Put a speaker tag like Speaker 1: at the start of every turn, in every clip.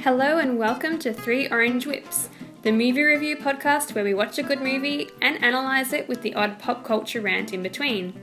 Speaker 1: Hello and welcome to Three Orange Whips, the movie review podcast where we watch a good movie and analyze it with the odd pop culture rant in between.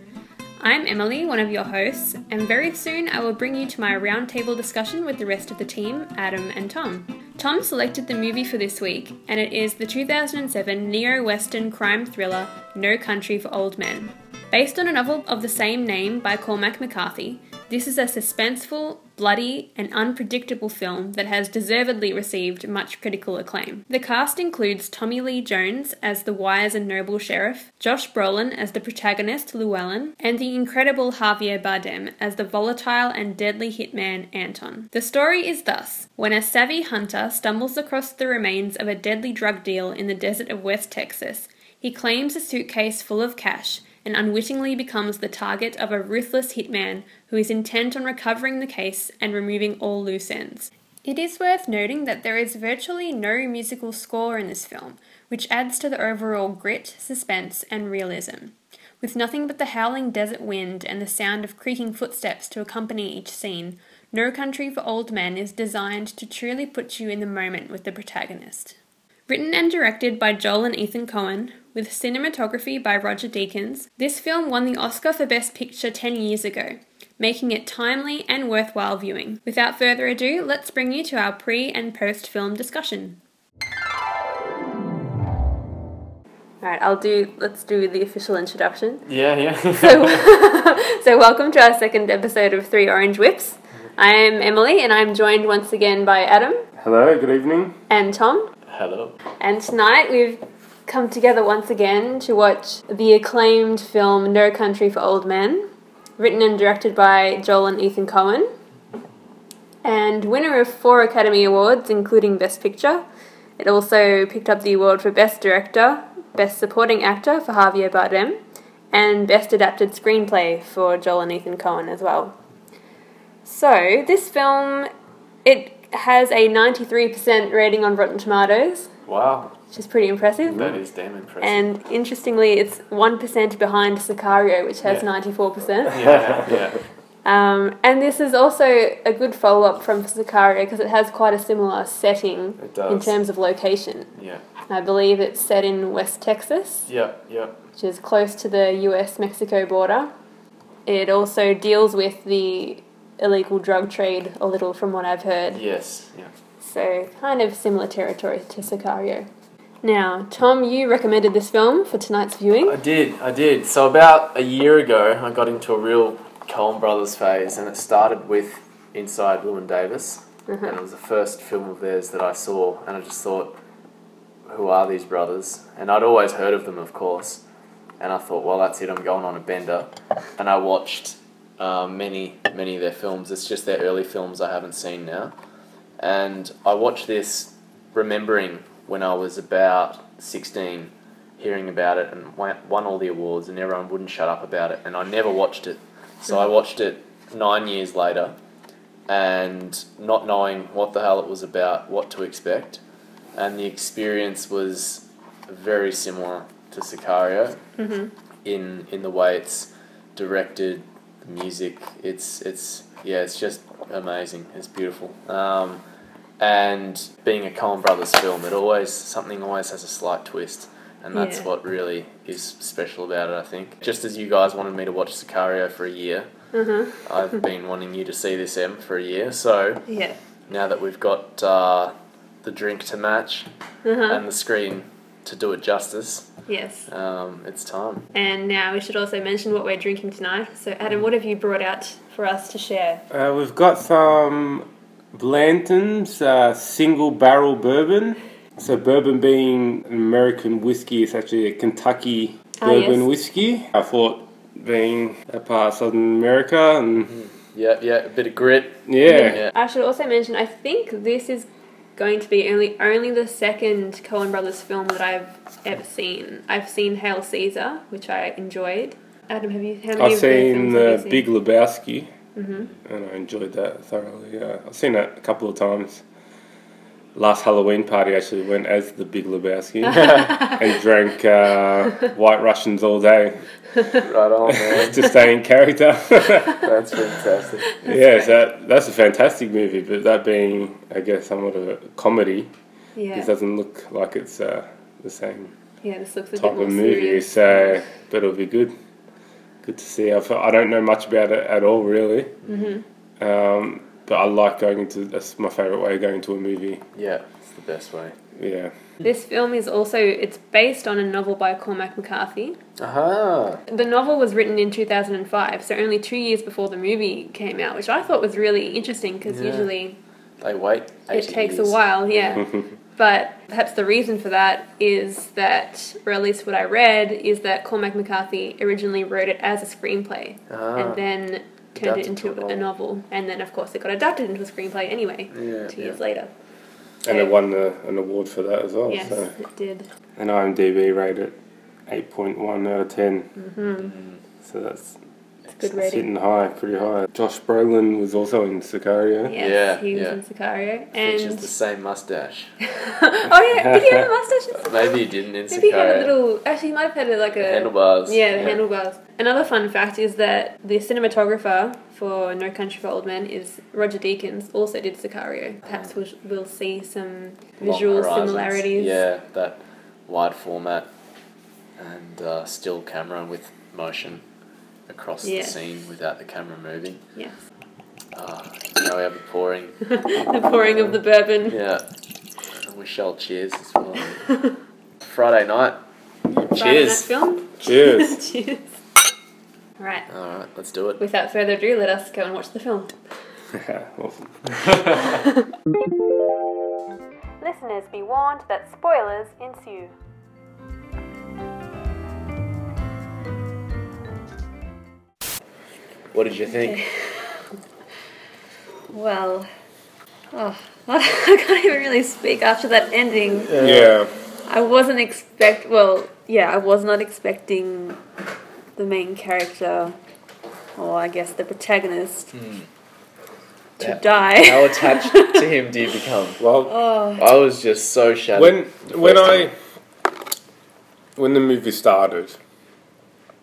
Speaker 1: I'm Emily, one of your hosts, and very soon I will bring you to my roundtable discussion with the rest of the team, Adam and Tom. Tom selected the movie for this week, and it is the 2007 neo Western crime thriller No Country for Old Men. Based on a novel of the same name by Cormac McCarthy, this is a suspenseful, bloody, and unpredictable film that has deservedly received much critical acclaim. The cast includes Tommy Lee Jones as the wise and noble sheriff, Josh Brolin as the protagonist Llewellyn, and the incredible Javier Bardem as the volatile and deadly hitman Anton. The story is thus when a savvy hunter stumbles across the remains of a deadly drug deal in the desert of West Texas, he claims a suitcase full of cash and unwittingly becomes the target of a ruthless hitman who is intent on recovering the case and removing all loose ends. It is worth noting that there is virtually no musical score in this film, which adds to the overall grit, suspense, and realism, with nothing but the howling desert wind and the sound of creaking footsteps to accompany each scene. No Country for Old Men is designed to truly put you in the moment with the protagonist. Written and directed by Joel and Ethan Cohen, with cinematography by Roger Deakins, this film won the Oscar for Best Picture 10 years ago, making it timely and worthwhile viewing. Without further ado, let's bring you to our pre and post film discussion. Alright, I'll do let's do the official introduction.
Speaker 2: Yeah,
Speaker 1: So,
Speaker 2: yeah.
Speaker 1: so welcome to our second episode of Three Orange Whips. I am Emily and I'm joined once again by Adam
Speaker 3: Hello, good evening.
Speaker 1: and Tom.
Speaker 2: Hello.
Speaker 1: And tonight we've come together once again to watch the acclaimed film No Country for Old Men, written and directed by Joel and Ethan Cohen, and winner of four Academy Awards, including Best Picture. It also picked up the award for Best Director, Best Supporting Actor for Javier Bardem, and Best Adapted Screenplay for Joel and Ethan Cohen as well. So, this film, it has a 93% rating on Rotten Tomatoes,
Speaker 2: Wow,
Speaker 1: which is pretty impressive.
Speaker 2: that is damn impressive.
Speaker 1: And interestingly, it's 1% behind Sicario, which has
Speaker 2: Yeah.
Speaker 1: 94%.
Speaker 2: yeah, yeah.
Speaker 1: Um, and this is also a good follow up from Sicario because it has quite a similar setting
Speaker 2: It
Speaker 1: in
Speaker 2: does.
Speaker 1: terms of location.
Speaker 2: Yeah,
Speaker 1: I believe it's set in West Texas,
Speaker 2: yeah, yeah.
Speaker 1: which is close to the US Mexico border. It also deals with the illegal drug trade a little, from what I've heard.
Speaker 2: Yes, yeah.
Speaker 1: So, kind of similar territory to Sicario. Now, Tom, you recommended this film for tonight's viewing.
Speaker 2: I did, I did. So about a year ago, I got into a real Coen Brothers phase, and it started with Inside Llewyn Davis,
Speaker 1: Uh-huh.
Speaker 2: and it was the first film of theirs that I saw, and I just thought, who are these brothers? And I'd always heard of them, of course, and I thought, well, that's it. I'm going on a bender, and I watched uh, many, many of their films. It's just their early films I haven't seen now, and I watched this remembering when I was about sixteen hearing about it and won won all the awards and everyone wouldn't shut up about it and I never watched it. So I watched it nine years later and not knowing what the hell it was about, what to expect. And the experience was very similar to Sicario
Speaker 1: Mm-hmm.
Speaker 2: in in the way it's directed, the music. It's it's yeah, it's just amazing. It's beautiful. Um, and being a Coen Brothers film, it always something always has a slight twist, and that's
Speaker 1: Yeah.
Speaker 2: what really is special about it. I think just as you guys wanted me to watch Sicario for a year,
Speaker 1: Mm-hmm.
Speaker 2: I've been wanting you to see this M for a year. So
Speaker 1: Yeah.
Speaker 2: now that we've got uh, the drink to match and the screen to do it justice,
Speaker 1: Mm-hmm. Yes.
Speaker 2: um, it's time.
Speaker 1: And now we should also mention what we're drinking tonight. So, Adam, what have you brought out for us to share?
Speaker 3: Uh, we've got some Blanton's uh, single barrel bourbon. So, bourbon being an American whiskey, it's actually a Kentucky
Speaker 1: Ah,
Speaker 3: bourbon
Speaker 1: yes.
Speaker 3: whiskey. I thought being a part of Southern America,
Speaker 1: Mm-hmm.
Speaker 3: and
Speaker 2: Yeah, yeah, a bit of grit.
Speaker 3: yeah,
Speaker 2: Yeah.
Speaker 1: I should also mention, I think this is going to be only only the second Coen Brothers film that I've ever seen. I've seen Hail Caesar, which I enjoyed. Adam, have you? How many
Speaker 3: I've
Speaker 1: of their
Speaker 3: seen
Speaker 1: films have you
Speaker 3: the Big
Speaker 1: Mm-hmm.
Speaker 3: Lebowski, and I enjoyed that thoroughly. Yeah. I've seen that a couple of times. last Halloween party actually went as the Big Lebowski and drank uh, White Russians all day
Speaker 4: Right on, man.
Speaker 3: to stay in character.
Speaker 4: That's fantastic.
Speaker 3: yeah, so that, that's a fantastic movie, but that being, I guess, somewhat of a comedy, this
Speaker 1: Yeah.
Speaker 3: doesn't look like it's uh, the same
Speaker 1: Yeah, this looks a
Speaker 3: type
Speaker 1: bit more
Speaker 3: of movie,
Speaker 1: serious.
Speaker 3: so but it'll be good. Good to see. I've, I don't know much about it at all, really. Mm-hmm. Um, but I like going into that's my favourite way of going to a movie.
Speaker 4: Yeah, it's the best way.
Speaker 3: Yeah.
Speaker 1: This film is also it's based on a novel by Cormac McCarthy.
Speaker 4: Aha.
Speaker 1: The novel was written in 2005, so only 2 years before the movie came out, which I thought was really interesting because
Speaker 4: Yeah. Mm-hmm.
Speaker 1: usually
Speaker 4: They wait.
Speaker 1: it
Speaker 4: 80
Speaker 1: takes
Speaker 4: years.
Speaker 1: a while, yeah. but perhaps the reason for that is that or at least what I read is that Cormac McCarthy originally wrote it as a screenplay
Speaker 4: Ah,
Speaker 1: and then
Speaker 4: Adapted
Speaker 1: turned it into
Speaker 4: to a
Speaker 1: a novel and then of course it got adapted into a screenplay anyway
Speaker 4: Yeah,
Speaker 1: 2
Speaker 4: yeah.
Speaker 1: years later.
Speaker 3: And it
Speaker 1: So-
Speaker 3: won the, an award for that as
Speaker 4: Oh,
Speaker 3: well.
Speaker 1: Yes,
Speaker 3: So.
Speaker 1: it did.
Speaker 3: And IMDb rated 8.1 out of 10. Mm-hmm. So that's
Speaker 1: It's a good
Speaker 3: that's
Speaker 1: rating.
Speaker 3: hitting high, pretty high. Josh Brolin was also in Sicario.
Speaker 1: Yes,
Speaker 4: Yeah,
Speaker 1: he was
Speaker 4: yeah.
Speaker 1: in Sicario.
Speaker 4: Features
Speaker 1: And
Speaker 4: the same mustache.
Speaker 1: oh yeah, did he have a mustache? in Sicario?
Speaker 4: Maybe he didn't in
Speaker 1: Maybe he had a
Speaker 4: Sicario.
Speaker 1: little. Actually, he might have had a, like a
Speaker 4: Handlebars.
Speaker 1: Yeah, the handlebars. Another fun fact is that the cinematographer for No Country for Old Men is Roger Deakins. Also did Sicario. Perhaps we'll, we'll see some
Speaker 4: Mm. Long
Speaker 1: visual
Speaker 4: horizons.
Speaker 1: similarities.
Speaker 4: Yeah, that wide format and uh, still camera with motion across
Speaker 1: Yes.
Speaker 4: the scene without the camera moving.
Speaker 1: Yes.
Speaker 4: Uh, now we have the pouring.
Speaker 1: The pouring of the bourbon.
Speaker 4: Yeah. We shall cheers as well. Friday night.
Speaker 1: Friday night
Speaker 4: Cheers.
Speaker 1: film.
Speaker 3: Cheers.
Speaker 1: Cheers. All right.
Speaker 4: All right, let's do it.
Speaker 1: Without further ado, let us go and watch the film.
Speaker 3: awesome.
Speaker 1: Listeners, be warned that spoilers ensue.
Speaker 4: What did you think?
Speaker 1: Well, oh, I can't even really speak after that ending.
Speaker 3: Yeah.
Speaker 1: I wasn't expect. Well, yeah, I was not expecting the main character, or I guess the protagonist,
Speaker 3: Mm.
Speaker 1: to
Speaker 4: Yeah.
Speaker 1: die.
Speaker 4: How attached to him do you become?
Speaker 3: Well,
Speaker 1: oh,
Speaker 4: I was just so shattered.
Speaker 3: when when
Speaker 4: first
Speaker 3: I
Speaker 4: time.
Speaker 3: when the movie started,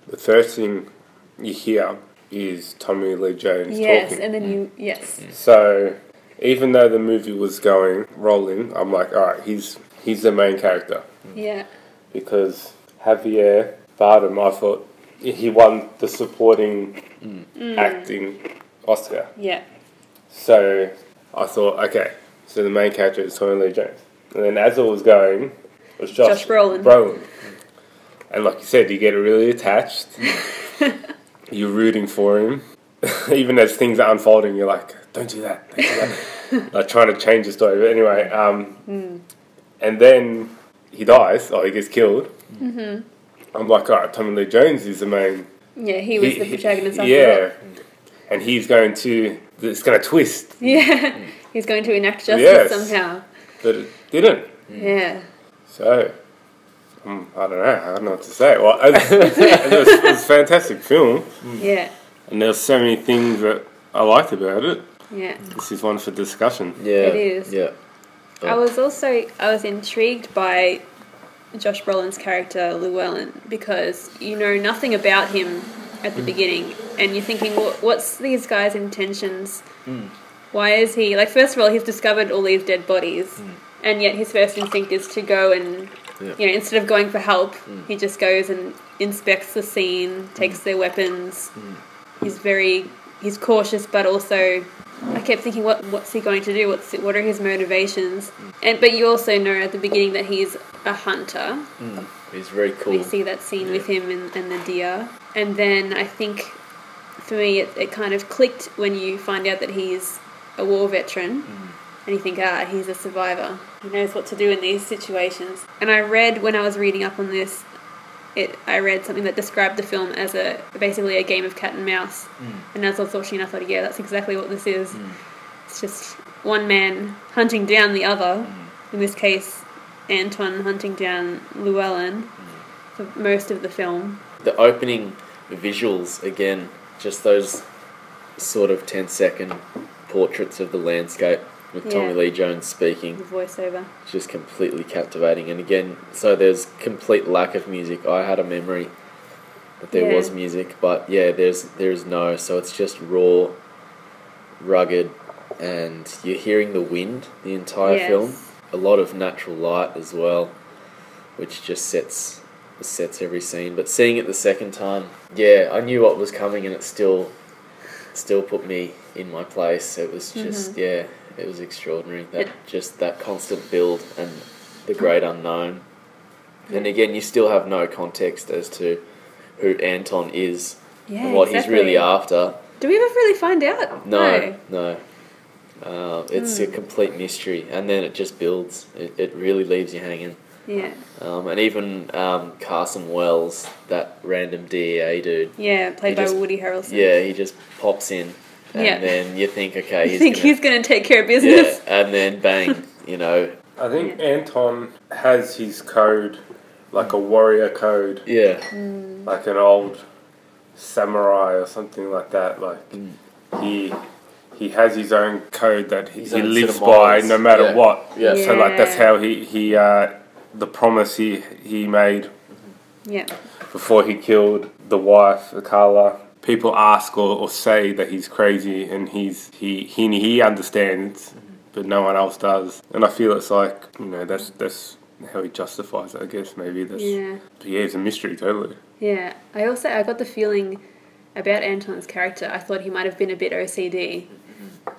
Speaker 3: the first thing you hear is Tommy Lee Jones
Speaker 1: yes,
Speaker 3: talking. Mm.
Speaker 1: and then you yes,
Speaker 3: So even though the movie was going rolling, I'm like, all right, he's he's the main character.
Speaker 1: yeah,
Speaker 3: because Javier Bardem, I thought he won the supporting acting Oscar.
Speaker 1: yeah,
Speaker 3: So I thought, okay, so the main character is Tommy Lee Jones. And then as it was going, it was Josh,
Speaker 1: Josh Brolin.
Speaker 3: And like you said, you get really attached. you're rooting for him. Even as things are unfolding, you're like, don't do that, don't do that. like trying to change the story. But anyway, um,
Speaker 1: Hmm.
Speaker 3: and then he dies, or he gets killed.
Speaker 1: Mm-hmm.
Speaker 3: I'm like, all right, Tommy Lee Jones is the main
Speaker 1: yeah. He was
Speaker 3: he-
Speaker 1: the
Speaker 3: he-
Speaker 1: protagonist. After
Speaker 3: Yeah,
Speaker 1: all.
Speaker 3: and he's going to. It's going to twist,
Speaker 1: yeah. He's going to enact justice
Speaker 3: Mm. Yes. Mm.
Speaker 1: somehow.
Speaker 3: but it didn't.
Speaker 1: Yeah,
Speaker 3: So, um, I don't know. I don't know what to say. Well, it was, it was- it was a fantastic film,
Speaker 1: yeah,
Speaker 3: and there's so many things that I liked about it.
Speaker 1: yeah.
Speaker 3: This is one for discussion.
Speaker 4: Yeah.
Speaker 1: It is.
Speaker 4: Yeah.
Speaker 1: I was also I was intrigued by Josh Brolin's character Llewellyn because you know nothing about him at the beginning, and you're thinking, what, what's these guys' intentions? Why is he like? First of all, he's discovered all these dead bodies, and yet his first instinct is to go and
Speaker 4: Yeah.
Speaker 1: you know instead of going for help, he just goes and inspects the scene, takes their weapons. He's very he's cautious, but also I kept thinking, what what's he going to do? What's what are his motivations? And but you also know at the beginning that he's a hunter.
Speaker 4: It's very cool.
Speaker 1: We see that scene with him and, and the deer, and then I think for me it, it kind of clicked when you find out that he's a war veteran. And you think, ah, he's a survivor. He knows what to do in these situations. And I read when I was reading up on this, it I read something that described the film as a basically a game of cat and mouse. And as I was watching, it, I thought, yeah, that's exactly what this is. It's just one man hunting down the other. In this case, Anton hunting down Llewellyn for most of the film.
Speaker 4: the opening visuals again, just those sort of 10 second portraits of the landscape
Speaker 2: with
Speaker 1: Yeah.
Speaker 2: Tommy Lee Jones speaking.
Speaker 1: The voiceover.
Speaker 2: just completely captivating. And again, so there's complete lack of music. I had a memory that there
Speaker 1: Yeah.
Speaker 2: was music, but yeah, there's there's no. So it's just raw, rugged, and you're hearing the wind the entire
Speaker 1: Yes.
Speaker 2: film. A lot of natural light as well, which just sets sets every scene. But seeing it the second time, yeah, I knew what was coming, and it still still put me in my place. It was just yeah, it was extraordinary. That
Speaker 1: Mm-hmm. It-
Speaker 2: just that constant build and the great unknown. And again, you still have no context as to who Anton is
Speaker 1: Yeah.
Speaker 2: and what
Speaker 1: exactly.
Speaker 2: he's really after.
Speaker 1: Do we ever really find out?
Speaker 2: No, no. Uh, it's
Speaker 1: Hmm.
Speaker 2: a complete mystery, and then it just builds. It, it really leaves you hanging.
Speaker 1: Yeah.
Speaker 2: Um, and even um, Carson Wells, that random DEA dude,
Speaker 1: Yeah, played
Speaker 2: He
Speaker 1: by
Speaker 2: just-
Speaker 1: Woody Harrelson.
Speaker 2: yeah, he just pops in, and
Speaker 1: Yeah.
Speaker 2: then you think, okay,
Speaker 1: You
Speaker 2: he's
Speaker 1: think
Speaker 2: gonna-
Speaker 1: he's going to take care of business?
Speaker 2: Yeah, and then bang, you know.
Speaker 3: I think Anton has his code, like a warrior code,
Speaker 2: Yeah,
Speaker 3: like an old samurai or something like that. Like he he has his own code that he,
Speaker 4: His
Speaker 3: he
Speaker 4: own set
Speaker 3: lives
Speaker 4: of
Speaker 3: by
Speaker 4: morals.
Speaker 3: no matter
Speaker 4: Yeah.
Speaker 3: what.
Speaker 4: Yeah.
Speaker 1: Yeah.
Speaker 3: So like that's how he he uh, the promise he he made
Speaker 1: Yeah.
Speaker 3: before he killed the wife, Akala. People ask or, or say that he's crazy, and he's he, he he understands, but no one else does. And I feel it's like you know that's that's how he justifies it. I guess maybe that's
Speaker 1: Yeah.
Speaker 3: But yeah, it's a mystery totally.
Speaker 1: Yeah. I also I got the feeling about Anton's character. I thought he might have been a bit OCD.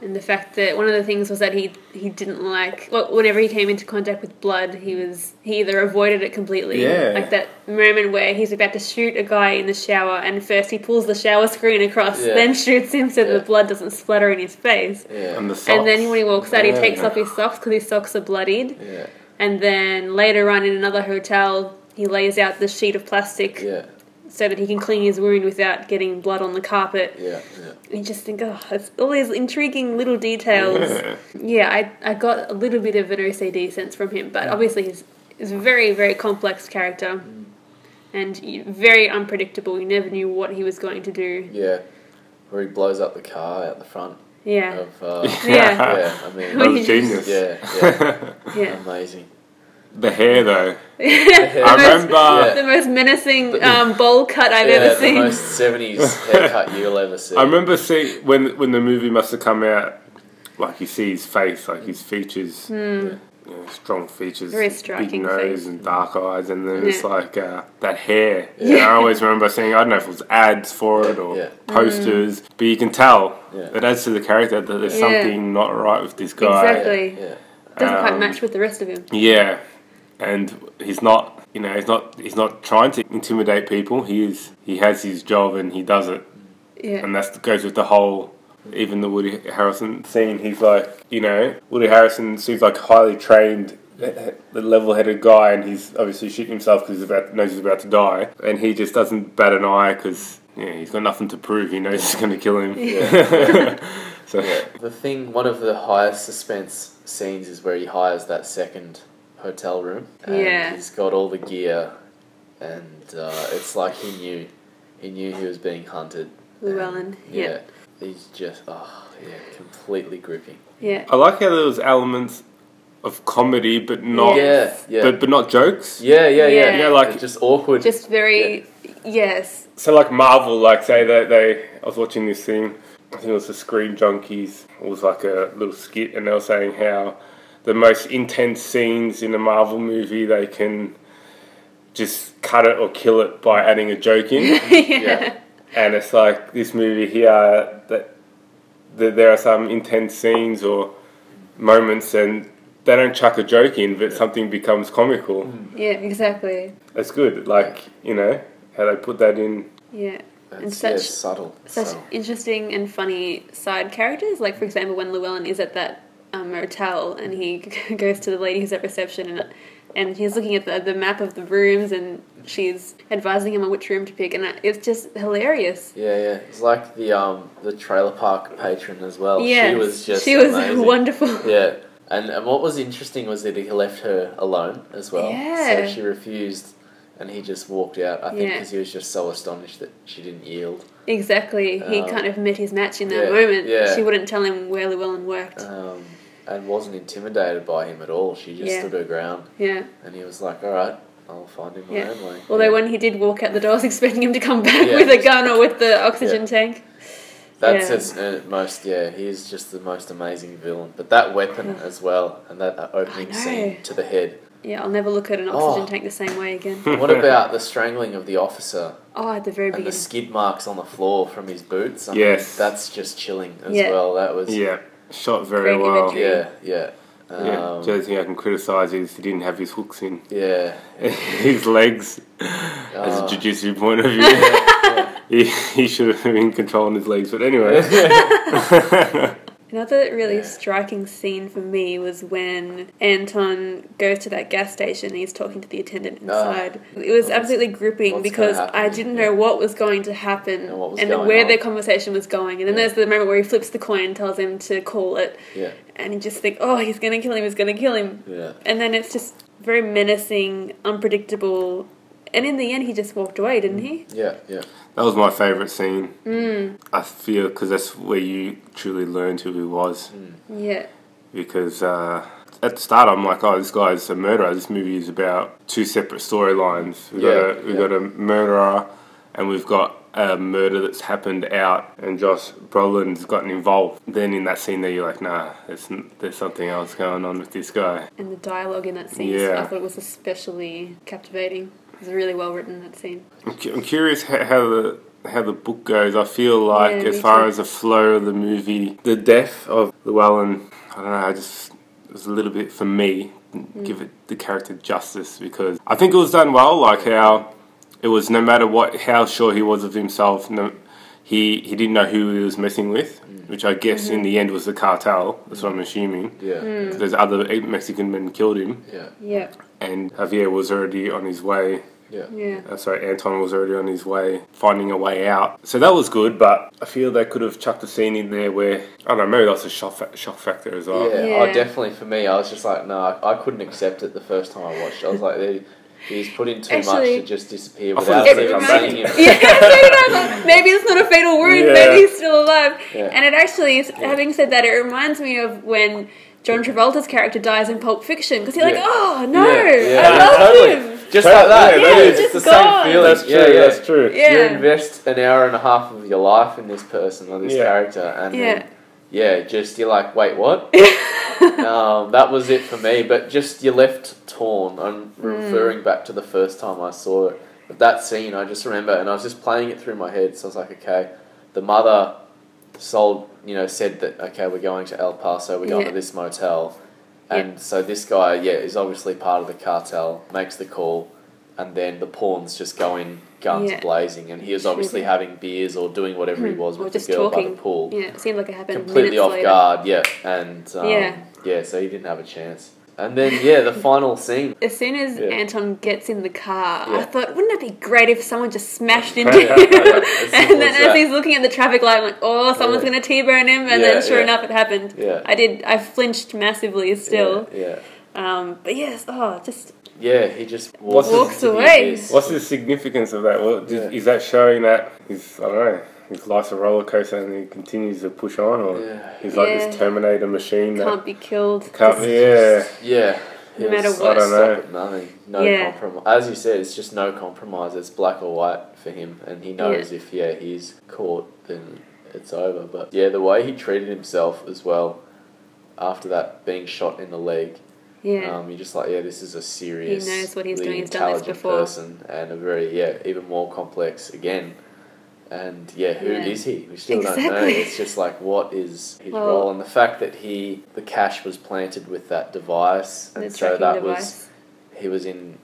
Speaker 1: And the fact that one of the things was that he he didn't like well, whenever he came into contact with blood, he was he either avoided it completely,
Speaker 3: Yeah.
Speaker 1: like that moment where he's about to shoot a guy in the shower, and first he pulls the shower screen across,
Speaker 4: Yeah.
Speaker 1: then shoots him so
Speaker 4: Yeah.
Speaker 1: the blood doesn't splatter in his face.
Speaker 2: yeah,
Speaker 3: And the socks.
Speaker 1: And then when he walks out, he takes
Speaker 3: Yeah.
Speaker 1: off his socks because his socks are bloodied.
Speaker 2: yeah,
Speaker 1: And then later on in another hotel, he lays out the sheet of plastic
Speaker 2: yeah,
Speaker 1: so that he can clean his wound without getting blood on the carpet.
Speaker 2: yeah,
Speaker 1: And you just think, oh, it's all these intriguing little details.
Speaker 3: Yeah.
Speaker 1: yeah, I, I got a little bit of an OCD sense from him, but obviously he's, he's a very, very complex character. And you- very unpredictable. You never knew what he was going to do.
Speaker 2: yeah. Where he blows up the car out the front
Speaker 1: Yeah.
Speaker 2: of. Uh,
Speaker 1: Yeah.
Speaker 2: yeah, I
Speaker 1: When
Speaker 2: mean,
Speaker 3: That
Speaker 1: he
Speaker 3: was
Speaker 1: just-
Speaker 3: genius.
Speaker 2: yeah, yeah, Oh.
Speaker 1: Yeah.
Speaker 2: amazing.
Speaker 3: The hair though. I
Speaker 2: Yeah,
Speaker 3: remember
Speaker 2: Yeah.
Speaker 1: The most menacing
Speaker 2: The-
Speaker 1: um, bowl cut I've ever
Speaker 2: the
Speaker 1: seen.
Speaker 2: most seventies haircut you'll ever see.
Speaker 3: I remember seeing when when the movie must have come out, like you see his face, like his features,
Speaker 1: Mm,
Speaker 3: you know, strong features,
Speaker 1: Very
Speaker 3: big
Speaker 1: striking
Speaker 3: nose
Speaker 1: face.
Speaker 3: and dark eyes, and then it's
Speaker 1: Yeah.
Speaker 3: like uh, that hair.
Speaker 2: Yeah.
Speaker 3: And I always remember seeing. I don't know if it was ads for it or
Speaker 2: Yeah.
Speaker 3: posters, but you can tell
Speaker 2: Yeah.
Speaker 3: it adds to the character that there's
Speaker 1: Yeah.
Speaker 3: something not right with this guy.
Speaker 1: Exactly.
Speaker 2: yeah,
Speaker 1: Doesn't quite
Speaker 3: Um,
Speaker 1: match with the rest of him.
Speaker 3: Yeah, and he's not. You know, he's not. He's not trying to intimidate people. He is. He has his job and he does it
Speaker 1: Yeah.
Speaker 3: and that goes with the whole even the Woody Harrison scene. He's like, you know, Woody Harrison seems like a highly trained, eh, the level-headed guy, and he's obviously shooting himself because he's about knows he's about to die, and he just doesn't bat an eye because yeah, he's got nothing to prove. He knows he's going to kill him. so
Speaker 2: The thing, one of the highest suspense scenes is where he hires that second hotel room. And
Speaker 1: Yeah.
Speaker 2: He's got all the gear, and uh, it's like he knew, he knew he was being hunted.
Speaker 1: Llewellyn,
Speaker 2: And,
Speaker 1: yeah.
Speaker 2: He's just, oh, yeah, completely gripping.
Speaker 1: Yeah.
Speaker 3: I like how there was elements of comedy, but not,
Speaker 2: Yeah, yeah.
Speaker 3: but but not jokes.
Speaker 2: yeah, yeah, yeah.
Speaker 1: Yeah.
Speaker 3: Yeah, like-
Speaker 2: It's just awkward.
Speaker 1: Just very yes.
Speaker 3: So like Marvel, like say that they, I was watching this thing. I think it was the Screen Junkies. It was like a little skit, and they were saying how the most intense scenes in a Marvel movie they can just cut it or kill it by adding a joke in.
Speaker 2: yeah,
Speaker 3: and it's like this movie here that, that there are some intense scenes or moments, and they don't chuck a joke in, but something becomes comical.
Speaker 1: Yeah, exactly.
Speaker 3: That's good. Like you know how they put that in.
Speaker 1: Yeah.
Speaker 2: That's,
Speaker 1: And
Speaker 2: yeah,
Speaker 1: such-
Speaker 2: subtle.
Speaker 1: Such
Speaker 2: subtle.
Speaker 1: interesting and funny side characters. Like for example when Llewellyn is at that um, motel and he goes to the lady who's at reception and and he's looking at the, the map of the rooms and she's advising him on which room to pick and uh, it's just hilarious.
Speaker 2: Yeah, yeah. It's like the um the trailer park patron as well.
Speaker 1: yeah.
Speaker 2: Oh, She was just
Speaker 1: she was
Speaker 2: amazing.
Speaker 1: wonderful.
Speaker 2: Yeah. And, and what was interesting was that he left her alone as well.
Speaker 1: Yeah.
Speaker 2: So she refused and he just walked out, I think,
Speaker 1: Yeah.
Speaker 2: because he was just so astonished that she didn't yield.
Speaker 1: Exactly. he
Speaker 2: Um,
Speaker 1: kind of met his match in that
Speaker 2: yeah,
Speaker 1: moment.
Speaker 2: yeah.
Speaker 1: She wouldn't tell him where Llewellyn worked.
Speaker 2: Um, and wasn't intimidated by him at all. She just
Speaker 1: Yeah.
Speaker 2: stood her ground,
Speaker 1: Yeah.
Speaker 2: and he was like, "All right, I'll find him my
Speaker 1: Yeah.
Speaker 2: own way."
Speaker 1: Although when he did walk out the door, I was expecting him to come back
Speaker 2: Yeah.
Speaker 1: with a gun or with the oxygen tank.
Speaker 2: That's
Speaker 1: Yeah.
Speaker 2: his uh, most, yeah, he is just the most amazing villain. But that weapon as well, and that uh,
Speaker 1: I
Speaker 2: opening
Speaker 1: know.
Speaker 2: scene to the head.
Speaker 1: Yeah, I'll never look at an oxygen
Speaker 2: Oh.
Speaker 1: tank the same way again.
Speaker 2: What about the strangling of the officer
Speaker 1: Oh, at the very
Speaker 2: and the
Speaker 1: beginning.
Speaker 2: skid marks on the floor from his boots? I
Speaker 3: Yes.
Speaker 2: That's just chilling as
Speaker 1: Yeah.
Speaker 2: well. That was, yeah,
Speaker 3: Yeah, shot very
Speaker 1: Great
Speaker 3: well.
Speaker 1: imagery.
Speaker 2: yeah. yeah. Um,
Speaker 3: Yeah, the only thing I can criticise is he didn't have his hooks in.
Speaker 2: yeah.
Speaker 3: his legs, as a
Speaker 2: Oh.
Speaker 3: jiu-jitsu point of view,
Speaker 2: Uh,
Speaker 3: he, he should have been controlling his legs. But anyway,
Speaker 1: Another really
Speaker 2: Yeah.
Speaker 1: striking scene for me was when Anton goes to that gas station and he's talking to the attendant inside. it was
Speaker 2: Ah. What's-
Speaker 1: absolutely gripping
Speaker 2: what's
Speaker 1: because
Speaker 2: gonna
Speaker 1: I
Speaker 2: happen,
Speaker 1: didn't
Speaker 2: yeah.
Speaker 1: know what was going to happen
Speaker 2: And what was
Speaker 1: and
Speaker 2: going
Speaker 1: where
Speaker 2: on.
Speaker 1: their conversation was going. And then
Speaker 2: Yeah.
Speaker 1: there's the moment where he flips the coin and tells him to call it.
Speaker 2: yeah.
Speaker 1: And you just think, oh, he's going to kill him, he's going to kill him.
Speaker 2: Yeah.
Speaker 1: And then it's just very menacing, unpredictable. And in the end, he just walked away, didn't he?
Speaker 2: Yeah. Yeah.
Speaker 3: that was my favourite scene. I feel because that's where you truly learned who he was.
Speaker 2: Mm.
Speaker 1: Yeah.
Speaker 3: Because uh, at the start, I'm like, oh, this guy's a murderer. This movie is about two separate storylines. We've
Speaker 2: Yeah,
Speaker 3: got a we've
Speaker 2: yeah.
Speaker 3: got a murderer, and we've got a murder that's happened out, and Josh Brolin's gotten involved. Then in that scene, there you're like, nah, there's n- there's something else going on with this guy.
Speaker 1: And the dialogue in that scene,
Speaker 3: Yeah.
Speaker 1: I thought was especially captivating. It was really well written, that scene.
Speaker 3: I'm, cu- I'm curious how, how the how the book goes. I feel like
Speaker 1: Yeah,
Speaker 3: as
Speaker 1: me
Speaker 3: far
Speaker 1: too.
Speaker 3: as the flow of the movie, the death of Llewellyn, I don't know. I just it was a little bit for me.
Speaker 1: Hmm.
Speaker 3: Give it the character justice because I think it was done well. Like how it was, no matter what, how sure he was of himself. No, he he didn't know who he was messing with,
Speaker 1: Hmm.
Speaker 3: which I guess
Speaker 1: Mm-hmm.
Speaker 3: in the end was the cartel. That's what I'm assuming.
Speaker 2: Yeah.
Speaker 1: Hmm.
Speaker 3: There's other eight Mexican men killed him,
Speaker 2: Yeah.
Speaker 1: Yeah,
Speaker 3: and Javier was already on his way
Speaker 2: Yeah.
Speaker 1: yeah.
Speaker 3: uh, sorry, Anton was already on his way, finding a way out. So that was good, but I feel they could have chucked a scene in there where I don't know, maybe that's a shock, fa- shock factor as well.
Speaker 2: Yeah,
Speaker 1: Yeah.
Speaker 2: Oh, definitely for me, I was just like, no, I, I couldn't accept it the first time I watched. it. I was like, they, he's put in too
Speaker 1: Actually-
Speaker 2: much to just disappear
Speaker 3: I thought
Speaker 1: It
Speaker 2: without
Speaker 3: it
Speaker 2: even
Speaker 3: was gonna come
Speaker 2: seeing
Speaker 1: reminded,
Speaker 2: him.
Speaker 1: yeah, so did I. I thought, maybe it's not a fatal wound,
Speaker 3: Yeah.
Speaker 1: maybe he's still alive.
Speaker 2: Yeah.
Speaker 1: And it actually, is- having said that, it reminds me of when John Travolta's character dies in Pulp Fiction because you're like,
Speaker 2: Yeah.
Speaker 1: oh no,
Speaker 2: yeah,
Speaker 1: I love
Speaker 2: totally.
Speaker 1: him.
Speaker 2: Just like that.
Speaker 1: Yeah,
Speaker 2: it's
Speaker 1: just
Speaker 2: the
Speaker 1: gone.
Speaker 2: same feeling.
Speaker 3: That's true,
Speaker 2: Yeah, yeah.
Speaker 3: that's true.
Speaker 1: Yeah.
Speaker 2: You invest an hour and a half of your life in this person or this
Speaker 3: Yeah.
Speaker 2: character, and
Speaker 1: Yeah.
Speaker 2: then, yeah, just you're like, wait, what? um, that was it for me. But just you're left torn. I'm
Speaker 1: Hmm.
Speaker 2: referring back to the first time I saw it. But that scene, I just remember, and I was just playing it through my head. So I was like, okay, the mother sold, you know, said that okay, we're going to El Paso, we're going
Speaker 1: Yeah.
Speaker 2: to this motel,
Speaker 1: Yeah.
Speaker 2: and so this guy, yeah, is obviously part of the cartel, makes the call, and then the pawns just go in guns
Speaker 1: Yeah.
Speaker 2: blazing, and he is obviously
Speaker 1: Shooting.
Speaker 2: having beers or doing whatever he was
Speaker 1: Or
Speaker 2: with the
Speaker 1: just
Speaker 2: girl by
Speaker 1: talking.
Speaker 2: the pool,
Speaker 1: Yeah, it seemed like it happened
Speaker 2: completely
Speaker 1: minutes
Speaker 2: off
Speaker 1: later.
Speaker 2: guard, yeah, and um,
Speaker 1: Yeah.
Speaker 2: yeah, so he didn't have a chance. And then yeah, the final scene.
Speaker 1: As soon as
Speaker 2: Yeah.
Speaker 1: Anton gets in the car, I
Speaker 2: Yeah.
Speaker 1: thought, wouldn't it be great if someone just smashed into him? and then as he's looking at the traffic light, I'm like, oh, someone's
Speaker 2: Yeah.
Speaker 1: going to T-bone him. And
Speaker 2: Yeah,
Speaker 1: then sure
Speaker 2: yeah.
Speaker 1: enough, it happened.
Speaker 2: Yeah.
Speaker 1: I did, I flinched massively still.
Speaker 2: yeah, yeah,
Speaker 1: Um, but yes, oh, just,
Speaker 2: Yeah, he just walks,
Speaker 3: What's his-
Speaker 1: Walks
Speaker 2: into the
Speaker 1: away.
Speaker 2: abyss.
Speaker 3: What's the significance of that? What,
Speaker 2: Yeah.
Speaker 3: Is that showing that his I don't know, his life's a roller coaster and he continues to push on, or
Speaker 2: Yeah.
Speaker 3: he's like this
Speaker 1: Yeah.
Speaker 3: Terminator machine
Speaker 1: can't be killed.
Speaker 3: that can't,
Speaker 1: Just-
Speaker 3: yeah,
Speaker 2: Yeah.
Speaker 1: No matter
Speaker 2: It's-
Speaker 1: what.
Speaker 3: I don't
Speaker 2: stop
Speaker 3: know.
Speaker 2: at nothing. No
Speaker 1: Yeah.
Speaker 2: compromise. As you said, it's just no compromise. It's black or white for him, and he knows if yeah he's caught, then it's over. But yeah, the way he treated himself as well, after that being shot in the leg,
Speaker 1: Yeah.
Speaker 2: um, you're just like yeah, this is a serious,
Speaker 1: knows what he's doing. He's done this
Speaker 2: intelligent
Speaker 1: before.
Speaker 2: person, and a very yeah even more complex again. And yeah, who is
Speaker 1: Yeah.
Speaker 2: he? We still don't know.
Speaker 1: Exactly.
Speaker 2: It's just like what is his
Speaker 1: Well-
Speaker 2: role, and the fact that he the cash was planted with that device, and
Speaker 1: the
Speaker 2: so
Speaker 1: tracking
Speaker 2: that was
Speaker 1: device.
Speaker 2: he was in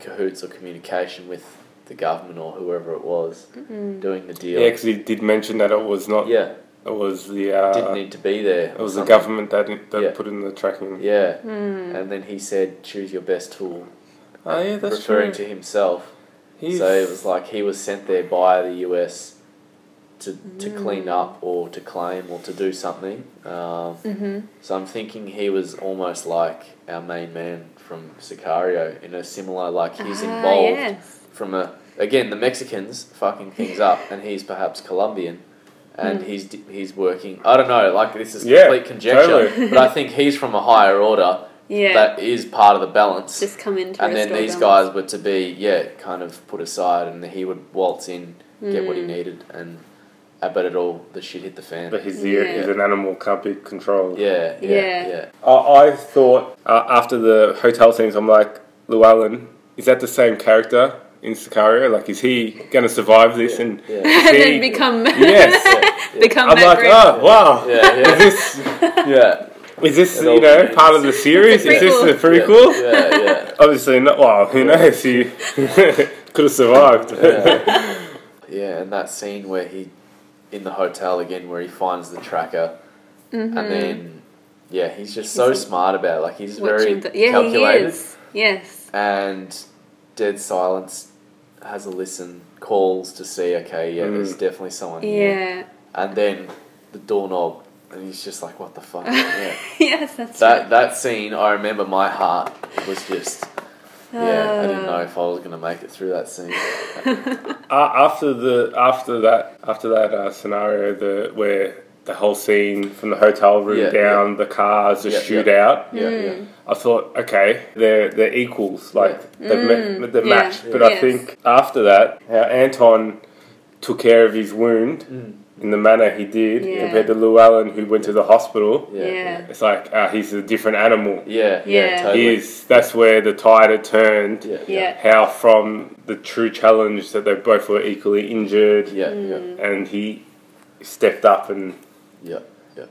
Speaker 2: cahoots or communication with the government or whoever it was
Speaker 1: Mm. Mm-hmm.
Speaker 2: doing the deal.
Speaker 3: yeah. Because he did mention that it was not,
Speaker 2: Yeah,
Speaker 3: it was the uh,
Speaker 2: didn't need to be there.
Speaker 3: it
Speaker 2: or
Speaker 3: was the
Speaker 2: something.
Speaker 3: government that that
Speaker 2: Yeah.
Speaker 3: put in the tracking.
Speaker 2: Yeah,
Speaker 1: Mm.
Speaker 2: and then he said, "Choose your best tool,"
Speaker 3: Oh yeah, that's
Speaker 2: referring
Speaker 3: true.
Speaker 2: to himself.
Speaker 3: He's-
Speaker 2: So it was like he was sent there by the US to
Speaker 1: Mm.
Speaker 2: to clean up or to claim or to do something. Um,
Speaker 1: Mm-hmm.
Speaker 2: So I'm thinking he was almost like our main man from Sicario in a similar like he's
Speaker 1: Ah,
Speaker 2: involved
Speaker 1: yes.
Speaker 2: from a again the Mexicans fucking things up, and he's perhaps Colombian,
Speaker 1: Mm.
Speaker 2: and he's d- he's working. I don't know. Like this is
Speaker 3: Yeah,
Speaker 2: complete conjecture,
Speaker 3: totally.
Speaker 2: but I think he's from a higher order
Speaker 1: Yeah.
Speaker 2: that is part of the balance.
Speaker 1: just come in to
Speaker 2: and then
Speaker 1: restore
Speaker 2: these
Speaker 1: balance.
Speaker 2: guys were to be yeah kind of put aside, and he would waltz in, get
Speaker 1: Mm.
Speaker 2: what he needed, and uh, but it all the shit hit the fan.
Speaker 3: But he's,
Speaker 1: Yeah.
Speaker 3: the, he's an animal, can't be controlled.
Speaker 2: yeah, yeah,
Speaker 1: Yeah.
Speaker 2: yeah,
Speaker 3: I, I thought uh, after the hotel scenes, I'm like, Llewellyn, is that the same character in Sicario? Like, is he going to survive this? And
Speaker 2: yeah.
Speaker 3: is
Speaker 1: and
Speaker 3: he-
Speaker 1: then become
Speaker 3: yes.
Speaker 1: become
Speaker 3: I'm
Speaker 1: Matt
Speaker 3: like,
Speaker 1: Reeves.
Speaker 3: oh wow,
Speaker 2: Yeah, yeah.
Speaker 3: is this
Speaker 2: yeah.
Speaker 3: is this
Speaker 2: It
Speaker 3: you
Speaker 2: all
Speaker 3: know
Speaker 2: depends.
Speaker 3: part of the series? Is this
Speaker 1: prequel.
Speaker 3: the prequel?
Speaker 2: Yeah, yeah,
Speaker 3: Obviously not. Well, who knows? He could have survived.
Speaker 2: yeah. And that scene where he in the hotel again, where he finds the tracker,
Speaker 1: Mm-hmm.
Speaker 2: and then yeah, he's just so
Speaker 1: Mm. He's-
Speaker 2: smart about it. like he's very
Speaker 1: Watching the- yeah, he
Speaker 2: calculated.
Speaker 1: is. Yes.
Speaker 2: and dead silence has a listen calls to see okay yeah there's definitely someone here
Speaker 1: Yeah.
Speaker 2: and then the doorknob and he's just like what the fuck yeah
Speaker 1: yes, that's
Speaker 2: that that scene i remember my heart was just
Speaker 1: right.
Speaker 2: yeah i
Speaker 1: Oh.
Speaker 2: didn't know if i was going to make it through that scene
Speaker 3: Uh, after the after that after that uh, scenario, the where the whole scene from the hotel room
Speaker 2: Yeah,
Speaker 3: down, the cars, the
Speaker 2: Yeah, yeah.
Speaker 3: shootout.
Speaker 2: yeah
Speaker 1: Mm.
Speaker 2: yeah
Speaker 3: I thought, okay, they're they're equals, like they've, ma- they've
Speaker 1: Mm. yeah.
Speaker 3: matched. But
Speaker 1: Yes.
Speaker 3: I think after that, how Anton took care of his wound
Speaker 2: Mm.
Speaker 3: in the manner he did
Speaker 1: Yeah.
Speaker 3: compared to Llewellyn, who went to the hospital.
Speaker 2: yeah
Speaker 1: Yeah.
Speaker 3: It's like uh, he's a different animal.
Speaker 2: yeah yeah,
Speaker 1: Yeah.
Speaker 3: He
Speaker 2: totally
Speaker 3: is. That's where the tide had turned.
Speaker 2: yeah
Speaker 1: Yeah.
Speaker 3: How from the true challenge that they both were equally injured,
Speaker 2: yeah
Speaker 1: Mm.
Speaker 2: yeah
Speaker 3: and he stepped up and
Speaker 2: yeah yeah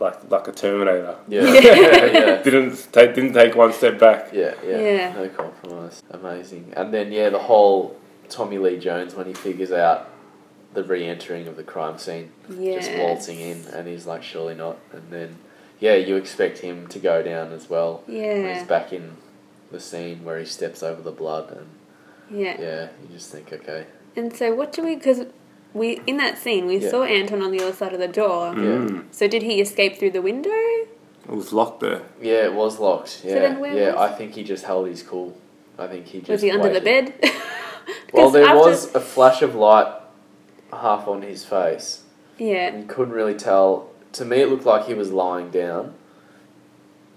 Speaker 3: like like a Terminator,
Speaker 2: yeah yeah yeah
Speaker 3: didn't take didn't take one step back.
Speaker 2: Yeah, yeah,
Speaker 1: Yeah.
Speaker 2: No compromise. Amazing. And then yeah, the whole Tommy Lee Jones when he figures out the re-entering of the crime scene, just
Speaker 1: Yes.
Speaker 2: waltzing in, and he's like, surely not. And then yeah, you expect him to go down as well. When
Speaker 1: Yeah.
Speaker 2: he's back in the scene where he steps over the blood, and
Speaker 1: Yeah.
Speaker 2: yeah, you just think, okay,
Speaker 1: And so, what do we? Because we in that scene we
Speaker 2: Yeah.
Speaker 1: saw Anton on the other side of the door.
Speaker 2: Mm.
Speaker 1: So did he escape through the window?
Speaker 3: It was locked there.
Speaker 2: yeah, it was locked. Yeah,
Speaker 1: then where
Speaker 2: yeah,
Speaker 1: was-
Speaker 2: I think he just held his cool. I think he just
Speaker 1: Was he under the
Speaker 2: waited.
Speaker 1: bed?
Speaker 2: Well,
Speaker 1: 'Cause
Speaker 2: there
Speaker 1: after-
Speaker 2: was a flash of light half on his face.
Speaker 1: Yeah.
Speaker 2: and couldn't really tell. To me, it looked like he was lying down.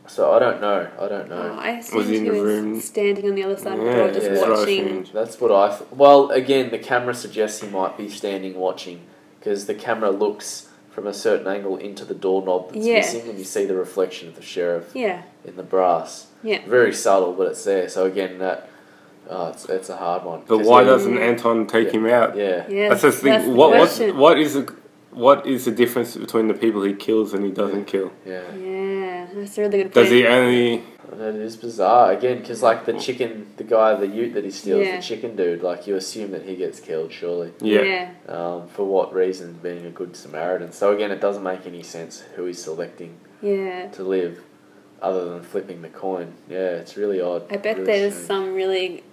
Speaker 2: So I don't know. I don't
Speaker 1: Oh,
Speaker 2: know.
Speaker 1: I assumed
Speaker 3: he in
Speaker 1: he
Speaker 3: the
Speaker 1: was
Speaker 3: room?
Speaker 1: standing on the other side of the
Speaker 3: Yeah,
Speaker 1: door, just
Speaker 2: yeah.
Speaker 3: That's what I
Speaker 1: watching.
Speaker 3: assumed.
Speaker 2: That's what I. Th- well, again, the camera suggests he might be standing watching because the camera looks from a certain angle into the doorknob that's
Speaker 1: Yeah.
Speaker 2: missing, and you see the reflection of the sheriff
Speaker 1: Yeah.
Speaker 2: in the brass.
Speaker 1: Yeah.
Speaker 2: Very subtle, but it's there. So again, that oh, it's it's a hard one.
Speaker 3: But
Speaker 2: 'Cause
Speaker 3: why
Speaker 2: he-
Speaker 3: doesn't Anton take him out?
Speaker 2: Yeah.
Speaker 1: Yeah.
Speaker 3: That's the thing.
Speaker 1: that's the
Speaker 3: what what's,
Speaker 1: question.
Speaker 3: what is the, what is the difference between the people he kills and he doesn't kill?
Speaker 2: Yeah.
Speaker 1: Yeah, that's a really good point.
Speaker 3: Does he only?
Speaker 2: That is bizarre. Again, because like the chicken, the guy, the Ute that he steals,
Speaker 1: Yeah.
Speaker 2: the chicken dude. Like you assume that he gets killed, surely.
Speaker 3: Yeah.
Speaker 1: Yeah.
Speaker 2: Um, for what reason? Being a good Samaritan. So again, it doesn't make any sense who he's selecting
Speaker 1: Yeah.
Speaker 2: to live, other than flipping the coin. Yeah, it's really odd.
Speaker 1: I bet
Speaker 2: Really
Speaker 1: there's
Speaker 2: strange.
Speaker 1: some really